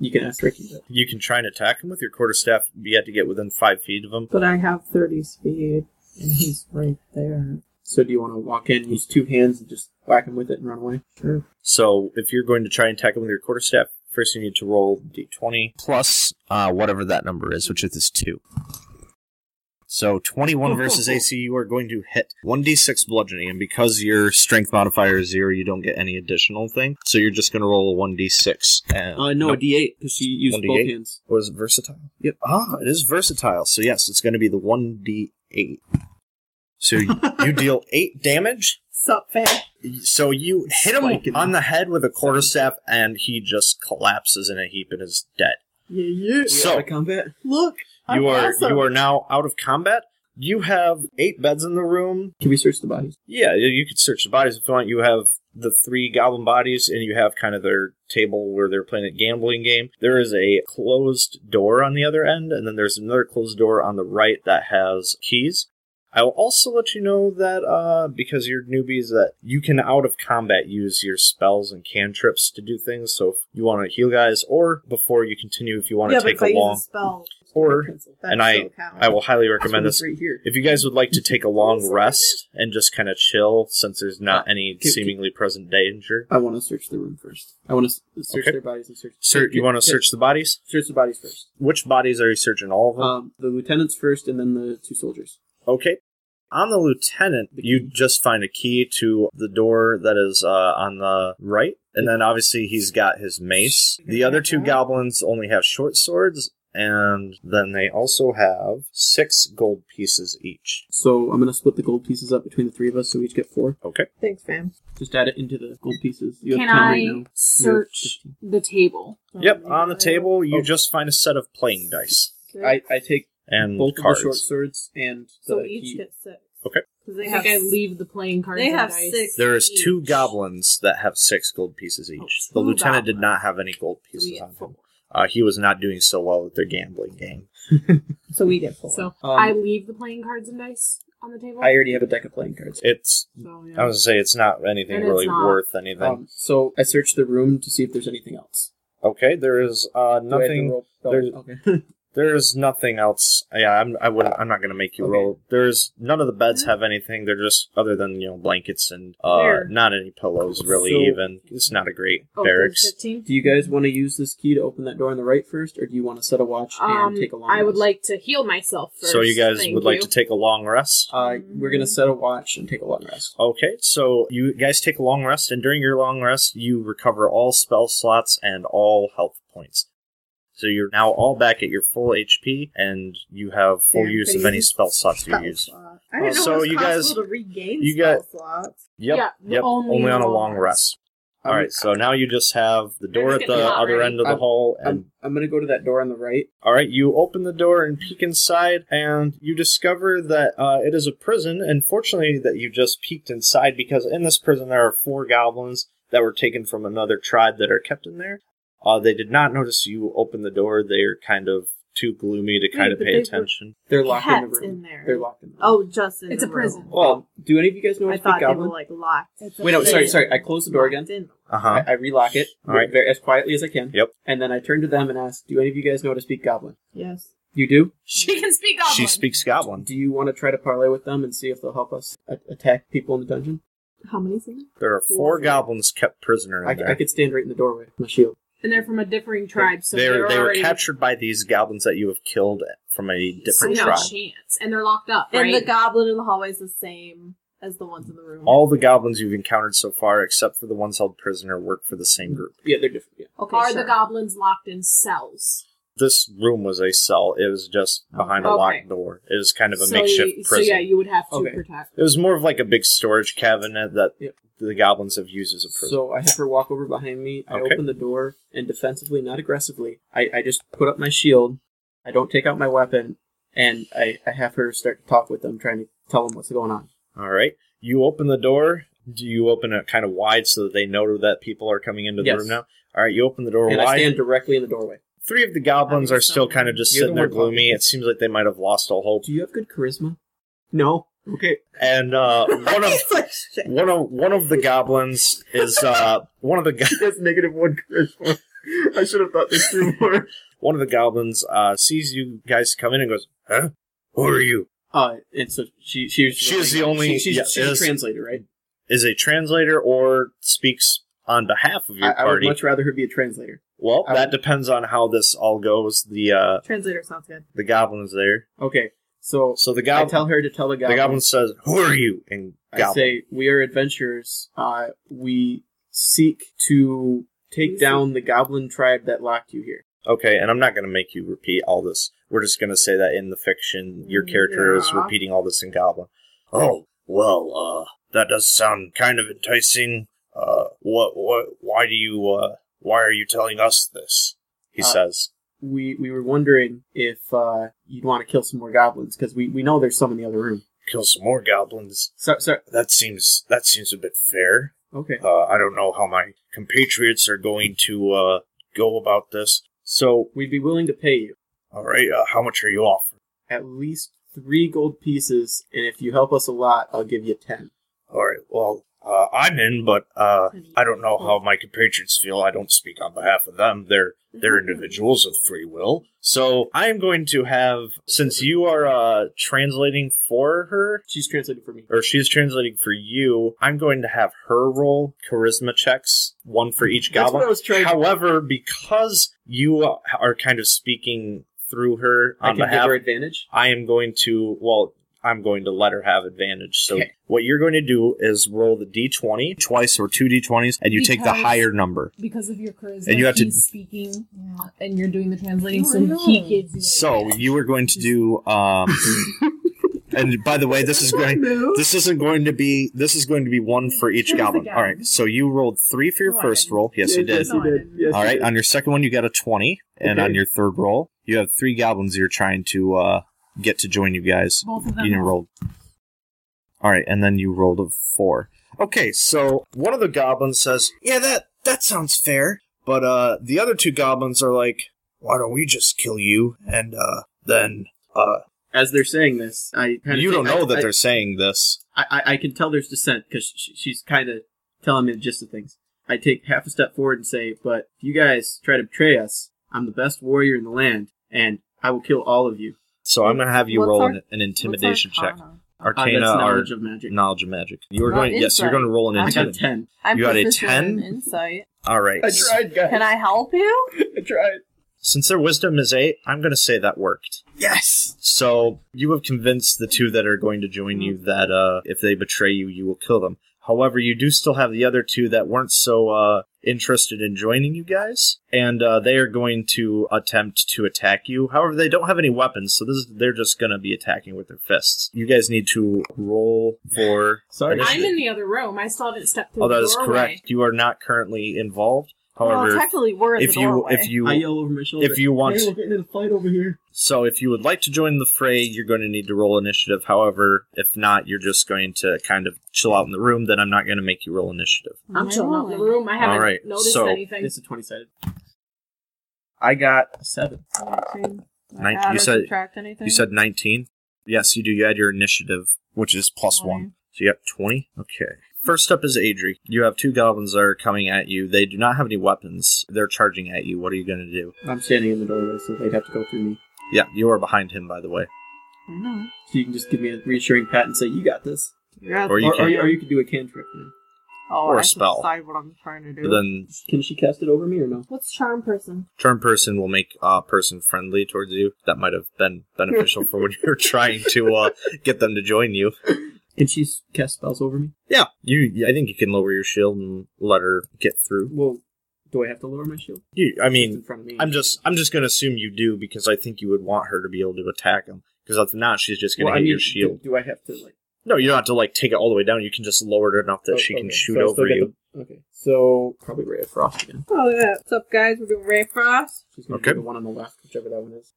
[SPEAKER 2] You can ask Ricky. But
[SPEAKER 4] You can try and attack him with your quarterstaff. You have to get within five feet of him.
[SPEAKER 3] But I have 30 speed, and he's right there.
[SPEAKER 2] so, do you want to walk in, use two hands, and just whack him with it and run away?
[SPEAKER 3] Sure.
[SPEAKER 4] So if you're going to try and attack him with your quarterstaff, first you need to roll d20 plus uh, whatever that number is, which is two. So 21 versus AC, you are going to hit 1d6 bludgeoning, and because your strength modifier is zero, you don't get any additional thing. So you're just going to roll a 1d6. And,
[SPEAKER 2] Uh, no, a
[SPEAKER 4] Nope.
[SPEAKER 2] D8 because she used
[SPEAKER 4] One
[SPEAKER 2] both
[SPEAKER 4] D8?
[SPEAKER 2] hands.
[SPEAKER 4] Or is it versatile?
[SPEAKER 2] Yep.
[SPEAKER 4] Ah, it is versatile. So yes, it's going to be the 1d8. So you, you deal eight damage.
[SPEAKER 3] Sup, fam?
[SPEAKER 4] So you hit him
[SPEAKER 2] Spiking.
[SPEAKER 4] on the head with a quarterstaff, and he just collapses in a heap and is dead.
[SPEAKER 3] Yeah, yeah.
[SPEAKER 2] We
[SPEAKER 4] So-
[SPEAKER 2] out of combat.
[SPEAKER 3] Look, I'm
[SPEAKER 4] You are
[SPEAKER 3] awesome.
[SPEAKER 4] you are now out of combat. You have eight beds in the room.
[SPEAKER 2] Can we search the bodies?
[SPEAKER 4] Yeah, you- you could search the bodies if you want. You have the three goblin bodies, and you have kind of their table where they're playing a gambling game. There is a closed door on the other end, and then there's another closed door on the right that has keys. I will also let you know that uh, because you're newbies, that you can out of combat use your spells and cantrips to do things. So if you want to heal guys, or before you continue, if you want
[SPEAKER 3] yeah,
[SPEAKER 4] to
[SPEAKER 3] but
[SPEAKER 4] take
[SPEAKER 3] if I
[SPEAKER 4] a long,
[SPEAKER 3] use a spell,
[SPEAKER 4] Or-
[SPEAKER 3] pencil, that
[SPEAKER 4] and I
[SPEAKER 3] still counts.
[SPEAKER 4] I will highly recommend
[SPEAKER 2] That's
[SPEAKER 4] this.
[SPEAKER 2] right here.
[SPEAKER 4] If you guys would like to take a long rest and just kind of chill, since there's
[SPEAKER 2] Uh,
[SPEAKER 4] not any
[SPEAKER 2] Can-
[SPEAKER 4] seemingly present danger,
[SPEAKER 2] I want to search the room first. I want to search
[SPEAKER 4] Okay.
[SPEAKER 2] their bodies and search.
[SPEAKER 4] sir, you want to search the bodies?
[SPEAKER 2] Search the bodies first.
[SPEAKER 4] Which bodies are you searching? All of them?
[SPEAKER 2] Um, the lieutenants first, and then the two soldiers.
[SPEAKER 4] okay. On the lieutenant, you just find a key to the door that is uh, on the right, and then obviously he's got his mace. The other two goblins only have short swords, and then they also have six gold pieces each.
[SPEAKER 2] So I'm gonna split the gold pieces up between the three of us, so we each get four.
[SPEAKER 4] Okay.
[SPEAKER 3] Thanks, fam.
[SPEAKER 2] Just add it into the gold pieces. You have
[SPEAKER 5] can
[SPEAKER 2] ten
[SPEAKER 5] I
[SPEAKER 2] right now.
[SPEAKER 5] search the table?
[SPEAKER 4] Yep. On the table, you
[SPEAKER 2] Oh.
[SPEAKER 4] just find a set of playing dice
[SPEAKER 2] I, I take
[SPEAKER 4] and
[SPEAKER 2] both
[SPEAKER 4] cards.
[SPEAKER 2] of the short swords and the
[SPEAKER 3] So each
[SPEAKER 2] key.
[SPEAKER 3] gets six.
[SPEAKER 4] Okay.
[SPEAKER 3] Because they
[SPEAKER 5] I
[SPEAKER 3] have
[SPEAKER 5] think I leave the playing cards.
[SPEAKER 3] They
[SPEAKER 5] and
[SPEAKER 3] have
[SPEAKER 5] dice.
[SPEAKER 3] six.
[SPEAKER 4] There is two
[SPEAKER 3] each.
[SPEAKER 4] goblins that have six gold pieces each.
[SPEAKER 5] Oh, two
[SPEAKER 4] the lieutenant did
[SPEAKER 5] goblins.
[SPEAKER 4] not have any gold
[SPEAKER 5] So we
[SPEAKER 4] pieces
[SPEAKER 5] get
[SPEAKER 4] on
[SPEAKER 5] four.
[SPEAKER 4] him. Uh, he was not doing so well with their gambling game.
[SPEAKER 3] So we get four.
[SPEAKER 5] So
[SPEAKER 2] Um,
[SPEAKER 5] I leave the playing cards and dice on the table.
[SPEAKER 2] I already have a deck of playing cards.
[SPEAKER 4] It's
[SPEAKER 5] so,
[SPEAKER 4] I
[SPEAKER 5] yeah.
[SPEAKER 4] was gonna say it's not anything
[SPEAKER 5] And it's
[SPEAKER 4] really
[SPEAKER 5] not.
[SPEAKER 4] worth anything.
[SPEAKER 2] Um, so I search the room to see if there's anything else.
[SPEAKER 4] Okay, there is uh,
[SPEAKER 2] Do I have to
[SPEAKER 4] nothing.
[SPEAKER 2] roll- oh,
[SPEAKER 4] there's-
[SPEAKER 2] okay.
[SPEAKER 4] There is nothing else. Yeah, I'm. I wouldn't. I'm not gonna make you
[SPEAKER 2] Okay.
[SPEAKER 4] roll. There's none of the beds have anything. They're just other than you know blankets and uh,
[SPEAKER 5] There.
[SPEAKER 4] not any pillows really.
[SPEAKER 2] So-
[SPEAKER 4] even it's not a great
[SPEAKER 5] Oh,
[SPEAKER 4] barracks.
[SPEAKER 5] 15?
[SPEAKER 2] do you guys want to use this key to open that door on the right first, or do you want to set a watch
[SPEAKER 5] Um,
[SPEAKER 2] and take a long?
[SPEAKER 5] I would
[SPEAKER 2] rest?
[SPEAKER 5] like to heal myself first.
[SPEAKER 4] So you guys
[SPEAKER 5] thank
[SPEAKER 4] would like
[SPEAKER 5] you.
[SPEAKER 4] to take a long rest.
[SPEAKER 2] Uh, we're
[SPEAKER 3] Mm-hmm.
[SPEAKER 2] gonna set a watch and take a long rest.
[SPEAKER 4] Okay, so you guys take a long rest, and during your long rest, you recover all spell slots and all health points. So you're now all back at your full HP, and you have full
[SPEAKER 3] Damn,
[SPEAKER 4] use
[SPEAKER 3] could
[SPEAKER 4] of
[SPEAKER 3] you
[SPEAKER 4] any
[SPEAKER 3] use
[SPEAKER 4] spell slots you
[SPEAKER 3] Spell
[SPEAKER 4] use.
[SPEAKER 3] slot. Uh, I didn't know
[SPEAKER 4] Oh, So
[SPEAKER 3] it was
[SPEAKER 4] you guys-
[SPEAKER 3] possible to regain
[SPEAKER 4] you
[SPEAKER 3] spell
[SPEAKER 4] got-
[SPEAKER 3] slots.
[SPEAKER 4] Yep,
[SPEAKER 5] Yeah,
[SPEAKER 4] yep, only,
[SPEAKER 5] only
[SPEAKER 4] on
[SPEAKER 5] on
[SPEAKER 4] a
[SPEAKER 5] a
[SPEAKER 4] long
[SPEAKER 5] long
[SPEAKER 4] rest.
[SPEAKER 2] I'm-
[SPEAKER 4] All right, so now you just have the door at
[SPEAKER 5] just
[SPEAKER 4] the
[SPEAKER 5] getting hot
[SPEAKER 4] other
[SPEAKER 5] already.
[SPEAKER 4] end of the
[SPEAKER 2] I'm-
[SPEAKER 4] hall, and
[SPEAKER 2] I'm, I'm gonna go to that door on the right.
[SPEAKER 4] All right, you open the door and peek inside, and you discover that uh, it is a prison. And fortunately, that you just peeked inside because in this prison there are four goblins that were taken from another tribe that are kept in there. Uh, they did not notice you open the door. They are kind of too gloomy to kind of
[SPEAKER 3] but
[SPEAKER 4] pay
[SPEAKER 3] they were-
[SPEAKER 4] attention.
[SPEAKER 2] They're locked in the
[SPEAKER 3] Cats
[SPEAKER 2] room.
[SPEAKER 3] in there.
[SPEAKER 2] They're locked in. The room.
[SPEAKER 3] Oh, just in
[SPEAKER 5] It's a
[SPEAKER 3] the room.
[SPEAKER 5] prison.
[SPEAKER 2] well, do any of you guys know how
[SPEAKER 3] I
[SPEAKER 2] to speak
[SPEAKER 3] thought they
[SPEAKER 2] goblin?
[SPEAKER 3] were like locked.
[SPEAKER 2] Wait, no, sorry, sorry. I close the door again.
[SPEAKER 3] Locked in.
[SPEAKER 4] Uh
[SPEAKER 2] I,
[SPEAKER 4] huh.
[SPEAKER 2] I relock it
[SPEAKER 4] All right.
[SPEAKER 2] very, as quietly as I can.
[SPEAKER 4] Yep.
[SPEAKER 2] And then I turn to them and ask, "Do any of you guys know how to speak goblin?
[SPEAKER 3] Yes.
[SPEAKER 2] You do.
[SPEAKER 5] She can speak goblin.
[SPEAKER 4] She speaks goblin.
[SPEAKER 2] Do you want to try to parlay with them and see if they'll help us a- attack people in the dungeon?
[SPEAKER 3] How many is in there?
[SPEAKER 4] There are four goblins kept prisoner in
[SPEAKER 2] I,
[SPEAKER 4] there.
[SPEAKER 2] I could stand right in the doorway with my shield.
[SPEAKER 5] and they're from a differing tribe, so
[SPEAKER 4] they
[SPEAKER 5] they're,
[SPEAKER 4] were, they were
[SPEAKER 5] already
[SPEAKER 4] captured by these goblins that you have killed from a
[SPEAKER 5] so
[SPEAKER 4] different
[SPEAKER 5] no
[SPEAKER 4] tribe.
[SPEAKER 5] chance, and they're locked up.
[SPEAKER 3] And
[SPEAKER 5] Right?
[SPEAKER 3] the goblin in the hallway is the same as the ones in the room.
[SPEAKER 4] All the goblins you've encountered so far, except for the ones held prisoner, work for the same group.
[SPEAKER 2] Yeah, they're different. Yeah.
[SPEAKER 3] okay,
[SPEAKER 5] Are
[SPEAKER 3] sure.
[SPEAKER 5] the goblins locked in cells?
[SPEAKER 4] this room was a cell. It was just behind a
[SPEAKER 5] Okay.
[SPEAKER 4] locked door. It was kind of a
[SPEAKER 5] so
[SPEAKER 4] makeshift
[SPEAKER 5] you,
[SPEAKER 4] prison.
[SPEAKER 5] So yeah, you would have to
[SPEAKER 2] Okay.
[SPEAKER 5] protect.
[SPEAKER 4] it was more of like a big storage cabinet that
[SPEAKER 2] Yep.
[SPEAKER 4] the goblins have used as a prison.
[SPEAKER 2] So I have her walk over behind me. I
[SPEAKER 4] Okay.
[SPEAKER 2] open the door and defensively, not aggressively, I, I just put up my shield. I don't take out my weapon, and I, I have her start to talk with them, trying to tell them what's going on.
[SPEAKER 4] All right, you open the door. Do you open it kind of wide so that they know that people are coming into the
[SPEAKER 2] Yes.
[SPEAKER 4] room now? All right, you open the door
[SPEAKER 2] and I
[SPEAKER 4] wide.
[SPEAKER 2] stand directly in the doorway.
[SPEAKER 4] Three of the goblins
[SPEAKER 5] I think
[SPEAKER 4] are still
[SPEAKER 5] so.
[SPEAKER 4] kind of just
[SPEAKER 2] You're the
[SPEAKER 4] sitting there
[SPEAKER 2] one talking.
[SPEAKER 4] gloomy. It seems like they might have lost all hope.
[SPEAKER 2] Do you have good charisma? No. Okay.
[SPEAKER 4] And uh, one of
[SPEAKER 3] He's like, shit.
[SPEAKER 4] one of one of the goblins is uh, one of the go-
[SPEAKER 2] He has negative one charisma. I should have thought this through more.
[SPEAKER 4] one of the goblins uh, sees you guys come in and goes, "Huh? Who are you?"
[SPEAKER 2] Uh, and so she she was
[SPEAKER 4] She is the only-
[SPEAKER 2] she, she's,
[SPEAKER 4] yeah,
[SPEAKER 2] she's a
[SPEAKER 4] is-
[SPEAKER 2] translator, right?
[SPEAKER 4] is a translator or speaks on behalf of your
[SPEAKER 2] I, I would
[SPEAKER 4] party.
[SPEAKER 2] much rather her be a translator.
[SPEAKER 4] well,
[SPEAKER 2] I
[SPEAKER 4] that
[SPEAKER 2] would-
[SPEAKER 4] depends on how this all goes. The uh,
[SPEAKER 3] Translator sounds good.
[SPEAKER 4] the goblin's there,
[SPEAKER 2] Okay, so
[SPEAKER 4] so the
[SPEAKER 2] I
[SPEAKER 4] goblin
[SPEAKER 2] tell her to tell the
[SPEAKER 4] the
[SPEAKER 2] goblin.
[SPEAKER 4] goblin says, "Who are you?" And
[SPEAKER 2] I
[SPEAKER 4] goblin,
[SPEAKER 2] say we are adventurers. Uh, we seek to take
[SPEAKER 3] We seek-
[SPEAKER 2] down the goblin tribe that locked you here.
[SPEAKER 4] okay, and I'm not going to make you repeat all this. We're just going to say that in the fiction, your character is
[SPEAKER 3] Yeah.
[SPEAKER 4] repeating all this in goblin. Oh well, uh, that does sound kind of enticing. Uh, what what? Why do you? Uh, why are you telling us this? He
[SPEAKER 2] Uh,
[SPEAKER 4] says.
[SPEAKER 2] We we were wondering if uh, you'd want to kill some more goblins because we, we know there's some in the other room.
[SPEAKER 4] Kill some more goblins.
[SPEAKER 2] So, so
[SPEAKER 4] That seems that seems a bit fair.
[SPEAKER 2] okay.
[SPEAKER 4] Uh, I don't know how my compatriots are going to uh, go about this. So,
[SPEAKER 2] We'd be willing to pay you
[SPEAKER 4] all right, uh, how much are you offering?
[SPEAKER 2] at least three gold pieces, and if you help us a lot, I'll give you ten.
[SPEAKER 4] All right, well, uh, I'm in, but uh, I don't know how my compatriots feel. I don't speak on behalf of them. They're they're individuals with free will. So I am going to have, since you are uh, translating for her,
[SPEAKER 2] She's translating for me.
[SPEAKER 4] or she's translating for you, I'm going to have her roll charisma checks, one for each
[SPEAKER 2] That's
[SPEAKER 4] goblin.
[SPEAKER 2] what I was trying. to
[SPEAKER 4] However, because you are kind of speaking through her
[SPEAKER 2] I
[SPEAKER 4] on
[SPEAKER 2] can give
[SPEAKER 4] behalf,
[SPEAKER 2] her advantage.
[SPEAKER 4] I am going to well, I'm going to let her have advantage. So
[SPEAKER 2] Okay.
[SPEAKER 4] what you're going to do is roll the d20 twice or two d20s, and you take the
[SPEAKER 5] Because-
[SPEAKER 4] higher number.
[SPEAKER 5] Because of your charisma,
[SPEAKER 4] And you have to-
[SPEAKER 5] he's speaking, yeah, and you're doing the translating,
[SPEAKER 3] No,
[SPEAKER 5] so
[SPEAKER 3] I know.
[SPEAKER 5] he gives you.
[SPEAKER 4] So you are going to do. Um, and by the way, this is going. This isn't going to be. This is going to be one for each
[SPEAKER 3] Choose
[SPEAKER 4] goblin.
[SPEAKER 3] again.
[SPEAKER 4] All right. So you rolled three for your
[SPEAKER 3] No, I
[SPEAKER 4] first
[SPEAKER 3] didn't.
[SPEAKER 4] roll. Yes, you did.
[SPEAKER 2] Yes, you did. Yes,
[SPEAKER 4] All
[SPEAKER 2] you
[SPEAKER 4] right.
[SPEAKER 2] did.
[SPEAKER 4] On your second one, you got a twenty, and
[SPEAKER 2] Okay.
[SPEAKER 4] on your third roll, you have three goblins you're trying to uh, get to join you guys.
[SPEAKER 5] both of
[SPEAKER 4] You
[SPEAKER 5] them.
[SPEAKER 4] didn't roll. All right, and then you rolled a four. Okay, so one of the goblins says, "Yeah, that that sounds fair," but uh, the other two goblins are like, "Why don't we just kill you?" And uh, then uh,
[SPEAKER 2] As they're saying this, I kind of
[SPEAKER 4] you don't know
[SPEAKER 2] I,
[SPEAKER 4] that
[SPEAKER 2] I,
[SPEAKER 4] they're saying this.
[SPEAKER 2] I, I, I can tell there's dissent because she's kind of telling me the gist of things. I take half a step forward and say, But if you guys try to betray us, I'm the best warrior in the land, and I will kill all of you.
[SPEAKER 4] So I'm gonna have you
[SPEAKER 5] What's
[SPEAKER 4] roll
[SPEAKER 5] our-
[SPEAKER 4] an, an intimidation
[SPEAKER 3] uh-huh.
[SPEAKER 4] check.
[SPEAKER 2] Uh, that's
[SPEAKER 4] Arcana or
[SPEAKER 2] knowledge of magic.
[SPEAKER 4] knowledge of magic. You are
[SPEAKER 5] Not
[SPEAKER 4] going. Yes, you're
[SPEAKER 5] insight.
[SPEAKER 4] going to roll an
[SPEAKER 2] I got a
[SPEAKER 4] intimidation.
[SPEAKER 2] 10.
[SPEAKER 5] I'm
[SPEAKER 4] You got a
[SPEAKER 5] proficient
[SPEAKER 4] 10?
[SPEAKER 5] in Insight.
[SPEAKER 4] All right.
[SPEAKER 2] I tried, guys.
[SPEAKER 5] Can I help you?
[SPEAKER 2] I tried.
[SPEAKER 4] Since their wisdom is eight, I'm going to say that worked.
[SPEAKER 2] Yes!
[SPEAKER 4] So you have convinced the two that are going to join you that uh, if they betray you, you will kill them. However, you do still have the other two that weren't so uh, interested in joining you guys, and uh, they are going to attempt to attack you. However, they don't have any weapons, so this is, they're just going to be attacking with their fists. You guys need to roll for.
[SPEAKER 2] Sorry.
[SPEAKER 4] initiative.
[SPEAKER 5] I'm in the other room. I still haven't stepped through
[SPEAKER 4] Oh,
[SPEAKER 5] the
[SPEAKER 4] that is
[SPEAKER 5] doorway.
[SPEAKER 4] correct. You are not currently involved.
[SPEAKER 5] Well,
[SPEAKER 4] However,
[SPEAKER 5] technically, we're in
[SPEAKER 4] if
[SPEAKER 5] the
[SPEAKER 4] you
[SPEAKER 5] doorway.
[SPEAKER 4] if you
[SPEAKER 2] I yell over my shoulder.
[SPEAKER 4] if you want
[SPEAKER 2] Hey, we're getting in a fight over here.
[SPEAKER 4] So if you would like to join the fray, you're going to need to roll initiative. However, if not, you're just going to kind of chill out in the room. Then I'm not going to make you roll initiative.
[SPEAKER 5] I'm chilling out in the room. I haven't
[SPEAKER 4] All right,
[SPEAKER 5] noticed
[SPEAKER 4] so-
[SPEAKER 5] anything.
[SPEAKER 2] It's a 20 sided.
[SPEAKER 4] I got
[SPEAKER 2] A 7.
[SPEAKER 4] Nine-
[SPEAKER 5] Add
[SPEAKER 4] you
[SPEAKER 5] or
[SPEAKER 4] said-
[SPEAKER 5] subtract anything?
[SPEAKER 4] you said 19. Yes, you do. You add your initiative, which is plus one. So you got 20. Okay. First up is Adri. You have two goblins that are coming at you. They do not have any weapons. They're charging at you. What are you going to do?
[SPEAKER 2] I'm standing in the doorway, so they'd have to go through me.
[SPEAKER 4] Yeah, you are behind him, by the way.
[SPEAKER 5] I know.
[SPEAKER 2] So you can just give me a reassuring pat and say, You got this.
[SPEAKER 5] Yeah.
[SPEAKER 4] Or you
[SPEAKER 2] or, or,
[SPEAKER 4] can.
[SPEAKER 2] or you could do a cantrip. You
[SPEAKER 5] oh,
[SPEAKER 4] or
[SPEAKER 5] I
[SPEAKER 4] a
[SPEAKER 5] can
[SPEAKER 4] spell.
[SPEAKER 5] Decide what I'm trying to do.
[SPEAKER 4] But then
[SPEAKER 2] know. Can she cast it over me or no?
[SPEAKER 5] What's charm person?
[SPEAKER 4] Turn person will make uh, person friendly towards you. That might have been beneficial for when you're trying to uh, get them to join you.
[SPEAKER 2] Can she s- cast spells over me?
[SPEAKER 4] Yeah, you. I think you can lower your shield and let her get through.
[SPEAKER 2] Well, do I have to lower my shield?
[SPEAKER 4] You, I
[SPEAKER 2] It's in
[SPEAKER 4] mean,
[SPEAKER 2] front of me.
[SPEAKER 4] I'm just. I'm just going to assume you do because I think you would want her to be able to attack him. Because if not, she's just going to
[SPEAKER 2] Well, I
[SPEAKER 4] hit
[SPEAKER 2] mean,
[SPEAKER 4] your shield.
[SPEAKER 2] Do, do I have to like?
[SPEAKER 4] No, you don't have to like take it all the way down. You can just lower it enough that
[SPEAKER 2] oh,
[SPEAKER 4] she can
[SPEAKER 2] okay,
[SPEAKER 4] shoot
[SPEAKER 2] so I still
[SPEAKER 4] over
[SPEAKER 2] get
[SPEAKER 4] you.
[SPEAKER 2] the- okay, so probably Ray of Frost again.
[SPEAKER 3] Oh yeah. What's up, guys? We're doing Ray Frost.
[SPEAKER 2] She's gonna
[SPEAKER 4] Okay.
[SPEAKER 2] do the one on the left, whichever that one is.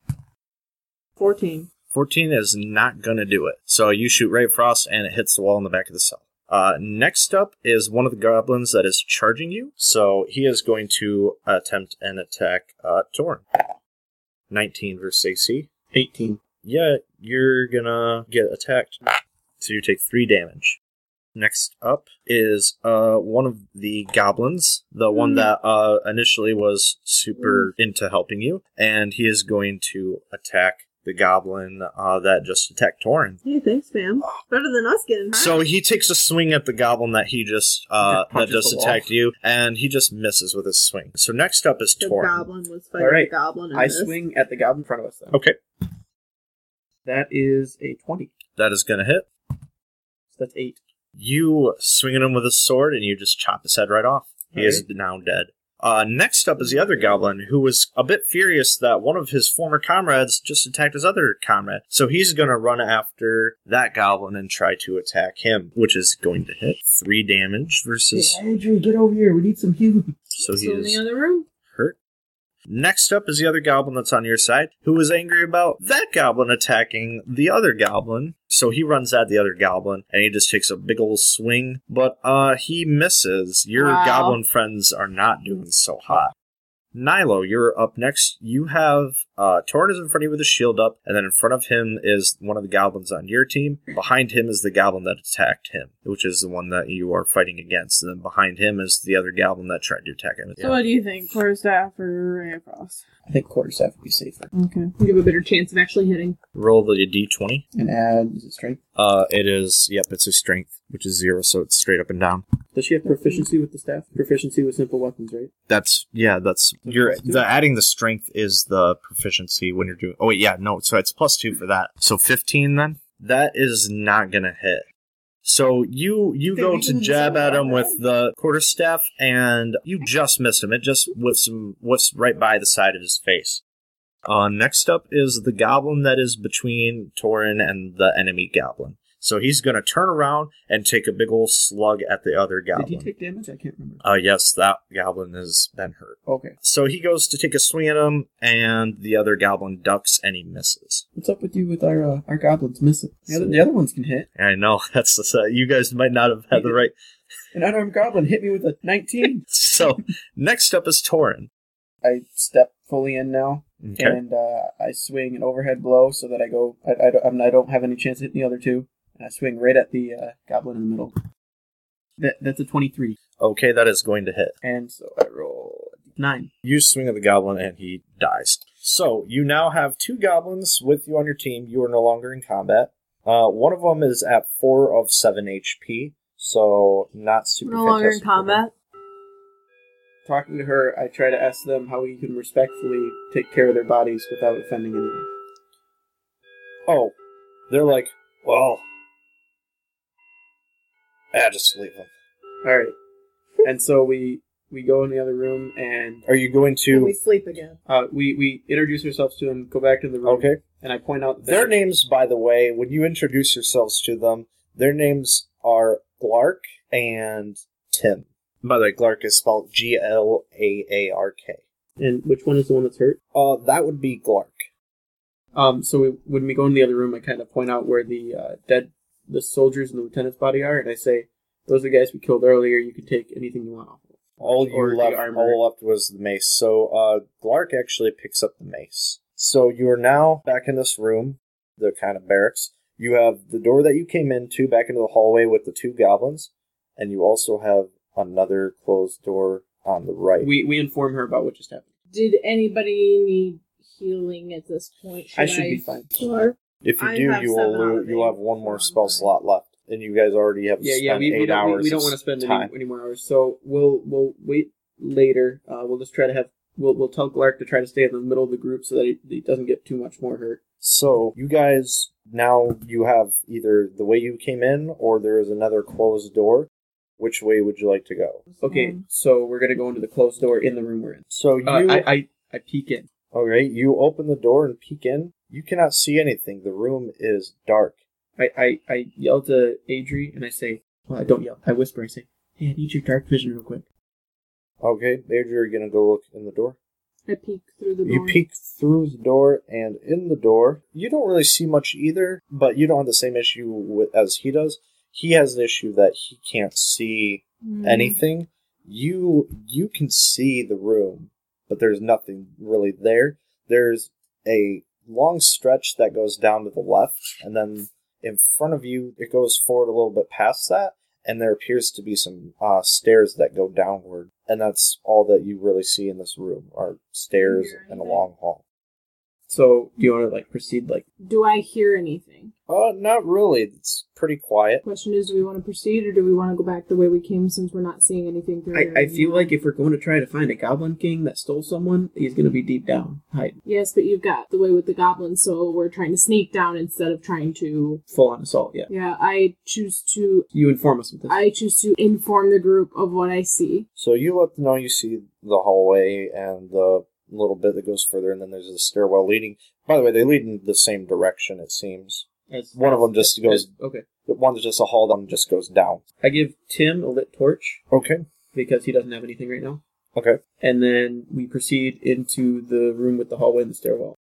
[SPEAKER 3] Fourteen.
[SPEAKER 4] 14 is not going to do it. So you shoot Ray Frost and it hits the wall in the back of the cell. Uh, next up is one of the goblins that is charging you. So he is going to attempt an attack uh, Torn. 19 versus AC.
[SPEAKER 2] Eighteen.
[SPEAKER 4] Yeah, you're going to get attacked. So you take 3 damage. Next up is uh, one of the goblins, the
[SPEAKER 2] Mm.
[SPEAKER 4] one that uh, initially was super into helping you, and he is going to attack the goblin uh, that just attacked Torin.
[SPEAKER 3] Hey, thanks, man. Better than us getting hurt.
[SPEAKER 4] Oh. So he takes a swing at the goblin that he just uh,
[SPEAKER 2] That
[SPEAKER 4] that
[SPEAKER 2] punches
[SPEAKER 4] just
[SPEAKER 2] the wall.
[SPEAKER 4] attacked you, and he just misses with his swing. So next up is
[SPEAKER 3] the
[SPEAKER 4] Torin.
[SPEAKER 3] goblin was fighting
[SPEAKER 2] All right.
[SPEAKER 3] the goblin. In
[SPEAKER 2] I
[SPEAKER 3] this.
[SPEAKER 2] swing at the goblin in front of us. Though.
[SPEAKER 4] Okay,
[SPEAKER 2] That is a twenty.
[SPEAKER 4] that is gonna hit.
[SPEAKER 2] So that's eight.
[SPEAKER 4] You swing at him with a sword, and you just chop his head right off. He is now dead. Uh, next up is the other goblin, who was a bit furious that one of his former comrades just attacked his other comrade. So he's going to run after that goblin and try to attack him, which is going to hit three damage versus.
[SPEAKER 2] Andrew, get over here. We need some healing.
[SPEAKER 4] So he
[SPEAKER 5] Still in
[SPEAKER 4] is
[SPEAKER 5] the other room.
[SPEAKER 4] hurt. Next up is the other goblin that's on your side, who is angry about that goblin attacking the other goblin. So he runs at the other goblin, and he just takes a big old swing, but uh, he misses. Your
[SPEAKER 5] Wow.
[SPEAKER 4] goblin friends are not doing so hot. Nilo, you're up next. You have uh, Torn is in front of you with a shield up, and then in front of him is one of the goblins on your team. Behind him is the goblin that attacked him, which is the one that you are fighting against. And then behind him is the other goblin that tried to attack him.
[SPEAKER 3] So what do you think, quarterstaff or Ray of Frost?
[SPEAKER 2] I think quarterstaff would be safer.
[SPEAKER 3] Okay.
[SPEAKER 5] You have a better chance of actually hitting.
[SPEAKER 4] roll the d20.
[SPEAKER 2] And add is it strength?
[SPEAKER 4] Uh, it is, yep, it's a strength, which is zero, so it's straight up and down.
[SPEAKER 2] Does she have proficiency with the staff? Proficiency with simple weapons, right?
[SPEAKER 4] That's, yeah, that's, you're, the adding the strength is the proficiency when you're doing, oh, wait, yeah, no, so it's plus two for that. So 15 then? That is not gonna hit. So you you go to jab at him with the quarterstaff, and you just miss him. It just whiffs him, whiffs right by the side of his face. Uh, next up is the goblin that is between Torin and the enemy goblin. So he's going to turn around and take a big old slug at the other goblin.
[SPEAKER 2] Did he take damage? I can't remember.
[SPEAKER 4] uh, yes, that goblin has been hurt.
[SPEAKER 2] Okay.
[SPEAKER 4] So he goes to take a swing at him, and the other goblin ducks and he misses.
[SPEAKER 2] What's up with you with our uh, our goblins missing? The other, the other ones can hit.
[SPEAKER 4] I know that's uh, you guys might not have had the right
[SPEAKER 2] An unarmed goblin hit me with a 19.
[SPEAKER 4] So next up is Torin.
[SPEAKER 2] I step fully in now,
[SPEAKER 4] Okay.
[SPEAKER 2] and uh, I swing an overhead blow so that I go. I, I, don't, I, mean, I don't have any chance of hitting the other two, and I swing right at the uh, goblin in the middle. That that's a twenty-three,
[SPEAKER 4] Okay, that is going to hit.
[SPEAKER 2] and so I roll nine.
[SPEAKER 4] You swing at the goblin and he dies. So you now have two goblins with you on your team. You are no longer in combat. Uh, one of them is at four of seven HP, so not super.
[SPEAKER 5] no longer in
[SPEAKER 4] fantastic for him.
[SPEAKER 5] combat.
[SPEAKER 2] Talking to her, I try to ask them how we can respectfully take care of their bodies without offending anyone.
[SPEAKER 4] Oh, they're like, well, ah, just leave them.
[SPEAKER 2] All right, and so we we go in the other room and
[SPEAKER 4] Are you going
[SPEAKER 5] And we
[SPEAKER 4] to?
[SPEAKER 5] sleep again.
[SPEAKER 2] uh, we we introduce ourselves to them, go back to the room,
[SPEAKER 4] Okay.
[SPEAKER 2] and I point out that
[SPEAKER 4] Their names, by the way, when you introduce yourselves to them, their names are Glark and Tim. By the way, Glark is spelled G L A A R K.
[SPEAKER 2] And which one is the one that's hurt?
[SPEAKER 4] Uh, that would be Glark.
[SPEAKER 2] Um, so we, when we go in the other room, I kind of point out where the uh, dead, the soldiers and the lieutenant's body are, and I say, "Those are the guys we killed earlier. You can take anything you want off." of them."
[SPEAKER 4] All
[SPEAKER 2] Or
[SPEAKER 4] you
[SPEAKER 2] the
[SPEAKER 4] left,
[SPEAKER 2] armor.
[SPEAKER 4] all left was the mace. So uh, Glark actually picks up the mace. So you are now back in this room, the kind of barracks. You have the door that you came into back into the hallway with the two goblins, and you also have another closed door on the right.
[SPEAKER 2] We we inform her about what just happened.
[SPEAKER 5] Did anybody need healing at this point?
[SPEAKER 2] I should be fine.
[SPEAKER 5] Sure.
[SPEAKER 4] if you
[SPEAKER 3] I
[SPEAKER 4] do,
[SPEAKER 3] have
[SPEAKER 4] you will
[SPEAKER 3] seven out
[SPEAKER 4] lo-
[SPEAKER 3] of
[SPEAKER 4] you'll have
[SPEAKER 3] eight.
[SPEAKER 4] one more
[SPEAKER 3] One
[SPEAKER 4] spell
[SPEAKER 3] more.
[SPEAKER 4] slot left, and you guys already have
[SPEAKER 2] Yeah, yeah.
[SPEAKER 4] spent
[SPEAKER 2] We,
[SPEAKER 4] eight
[SPEAKER 2] we don't,
[SPEAKER 4] hours.
[SPEAKER 2] we, we don't
[SPEAKER 4] of
[SPEAKER 2] want to spend
[SPEAKER 4] time.
[SPEAKER 2] any, any more hours, so we'll we'll wait later. Uh, we'll just try to have we'll we'll tell Glark to try to stay in the middle of the group so that he, he doesn't get too much more hurt.
[SPEAKER 4] So you guys now you have either the way you came in or there is another closed door. Which way would you like to go?
[SPEAKER 2] Okay, so we're gonna go into the closed door in the room we're in.
[SPEAKER 4] So you
[SPEAKER 2] Uh, I, I I peek in.
[SPEAKER 4] all right, you open the door and peek in. You cannot see anything. The room is dark.
[SPEAKER 2] I, I, I yell to Adri and I say, well, I don't yell. I whisper. I say, hey, I need your dark vision real quick.
[SPEAKER 4] Okay, Major, you're gonna go look in the door.
[SPEAKER 5] I peek through the door.
[SPEAKER 4] You peek through the door and in the door. You don't really see much either, but you don't have the same issue with, as he does. He has an issue that he can't see
[SPEAKER 5] Mm.
[SPEAKER 4] anything you you can see the room but there's nothing really there there's a long stretch that goes down to the left and then in front of you it goes forward a little bit past that and there appears to be some uh, stairs that go downward and that's all that you really see in this room are stairs
[SPEAKER 5] Here,
[SPEAKER 4] and a
[SPEAKER 5] okay.
[SPEAKER 4] long hall
[SPEAKER 2] So do you want to like proceed? Like,
[SPEAKER 5] Do I hear anything?
[SPEAKER 4] uh not really it's pretty quiet
[SPEAKER 5] Question is, do we want to proceed or do we want to go back the way we came since we're not seeing anything through there
[SPEAKER 2] I, I feel
[SPEAKER 5] anymore?
[SPEAKER 2] like if we're going to try to find a goblin king that stole someone, he's going to be deep down, hiding,
[SPEAKER 5] Yes, but you've got the way with the goblins, so we're trying to sneak down instead of trying to.
[SPEAKER 2] full on assault. Yeah.
[SPEAKER 5] Yeah, I choose to.
[SPEAKER 2] You inform us of this.
[SPEAKER 5] I choose to inform the group of what I see.
[SPEAKER 4] so you let them know you see the hallway and the little bit that goes further and then there's a stairwell leading by the way they lead in the same direction it seems
[SPEAKER 2] As-
[SPEAKER 4] one of them just
[SPEAKER 2] as-
[SPEAKER 4] goes-
[SPEAKER 2] as- okay.
[SPEAKER 4] The one that's just a hall down just goes down.
[SPEAKER 2] I give Tim a lit torch
[SPEAKER 4] Okay.
[SPEAKER 2] because he doesn't have anything right now,
[SPEAKER 4] Okay.
[SPEAKER 2] and then we proceed into the room with the hallway and the stairwell.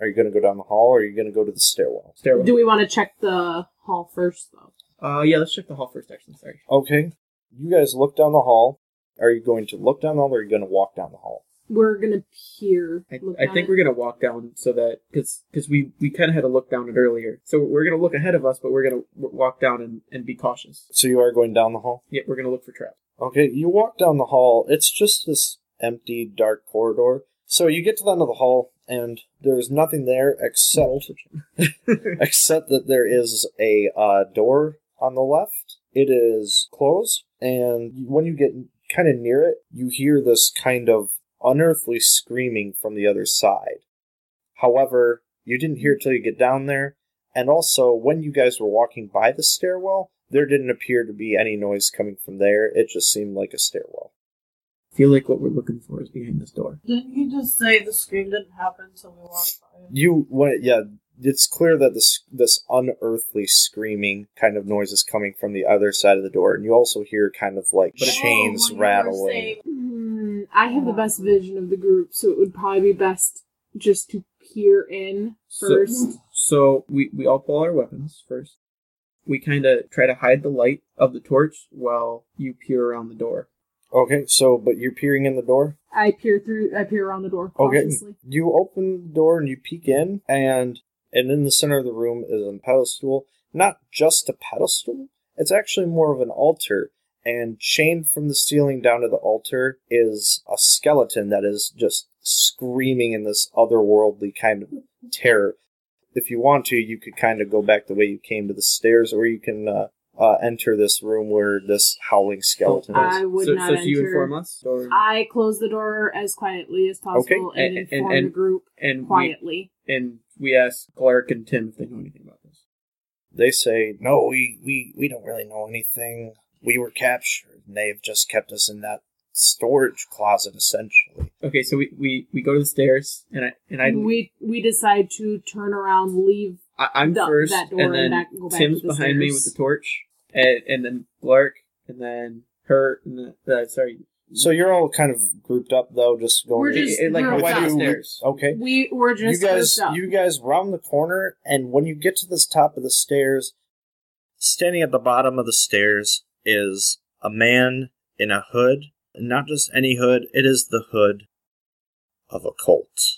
[SPEAKER 4] Are you going to go down the hall or are you going to go to the stairwell?
[SPEAKER 2] Stairwell.
[SPEAKER 5] Do we want to check the hall first, though?
[SPEAKER 2] uh, yeah. Let's check the hall first. Actually, sorry.
[SPEAKER 4] Okay. You guys look down the hall. Are you going to look down the hall or are you going to walk down the hall?
[SPEAKER 5] We're gonna peer.
[SPEAKER 2] I,
[SPEAKER 5] look
[SPEAKER 2] I
[SPEAKER 5] at
[SPEAKER 2] think
[SPEAKER 5] it.
[SPEAKER 2] we're gonna walk down so that because because we we kind of had to look down it earlier. So we're gonna look ahead of us, but we're gonna w- walk down and, and be cautious.
[SPEAKER 4] So you are going down the hall?
[SPEAKER 2] Yeah, we're gonna look for traps.
[SPEAKER 4] Okay. You walk down the hall. It's just this empty, dark corridor. So you get to the end of the hall and there's nothing there
[SPEAKER 2] Roll
[SPEAKER 4] except
[SPEAKER 2] for tra-
[SPEAKER 4] except that there is a uh, door on the left. It is closed, and when you get kind of near it, you hear this kind of unearthly screaming from the other side. However, you didn't hear it till you get down there, and also when you guys were walking by the stairwell, there didn't appear to be any noise coming from there. It just seemed like a stairwell.
[SPEAKER 2] Feel like what we're looking for is behind this door.
[SPEAKER 3] Didn't you just say the scream didn't happen till we walked by?
[SPEAKER 4] You, when, yeah, it's clear that this this unearthly screaming kind of noise is coming from the other side of the door, and you also hear kind of like
[SPEAKER 2] But it-
[SPEAKER 4] chains
[SPEAKER 3] Oh, when you were
[SPEAKER 4] rattling.
[SPEAKER 3] saying-
[SPEAKER 5] Hmm, I have the best vision of the group, so it would probably be best just to peer in
[SPEAKER 2] So-
[SPEAKER 5] first.
[SPEAKER 2] So we we all pull our weapons first. We kind of try to hide the light of the torch while you peer around the door.
[SPEAKER 4] Okay, so but you're peering in the door.
[SPEAKER 5] I peer through. I peer around the door
[SPEAKER 4] Okay,
[SPEAKER 5] cautiously.
[SPEAKER 4] you open the door and you peek in, and and in the center of the room is a pedestal. Not just a pedestal; it's actually more of an altar, and chained from the ceiling down to the altar is a skeleton that is just screaming in this otherworldly kind of terror. If you want to, you could kind of go back the way you came to the stairs, or you can uh, uh, enter this room where this howling skeleton is.
[SPEAKER 5] I would
[SPEAKER 2] so,
[SPEAKER 5] not
[SPEAKER 2] so
[SPEAKER 5] enter.
[SPEAKER 2] do you inform us? Or,
[SPEAKER 5] I close the door as quietly as possible
[SPEAKER 2] Okay,
[SPEAKER 5] and,
[SPEAKER 2] and- and-
[SPEAKER 5] inform
[SPEAKER 2] and-
[SPEAKER 5] the group
[SPEAKER 2] and we,
[SPEAKER 5] quietly.
[SPEAKER 2] and we ask Clark and Tim if they know anything about this.
[SPEAKER 4] They say, "No, we we we don't really know anything. We were captured, and they have just kept us in that storage closet, essentially."
[SPEAKER 2] Okay, so we, we, we go to the stairs, and I and I
[SPEAKER 5] we we decide to turn around, leave.
[SPEAKER 2] I, I'm
[SPEAKER 5] the-
[SPEAKER 2] first,
[SPEAKER 5] that door
[SPEAKER 2] and
[SPEAKER 5] and
[SPEAKER 2] then
[SPEAKER 5] back- go back
[SPEAKER 2] Tim's
[SPEAKER 5] to the
[SPEAKER 2] behind me with
[SPEAKER 5] stairs.
[SPEAKER 2] the torch, and, and then Clark, and then her, and the, the sorry,
[SPEAKER 4] So you're all kind of grouped up, though, just going. eh,
[SPEAKER 5] We're
[SPEAKER 2] it-
[SPEAKER 5] just-
[SPEAKER 2] it, like
[SPEAKER 5] we're
[SPEAKER 2] went
[SPEAKER 5] outside.
[SPEAKER 2] downstairs.
[SPEAKER 4] okay.
[SPEAKER 5] We were
[SPEAKER 4] You
[SPEAKER 5] just
[SPEAKER 4] guys,
[SPEAKER 5] grouped up.
[SPEAKER 4] you guys round the corner, and when you get to this top of the stairs, standing at the bottom of the stairs is a man in a hood. Not just any hood; it is the hood of a cult.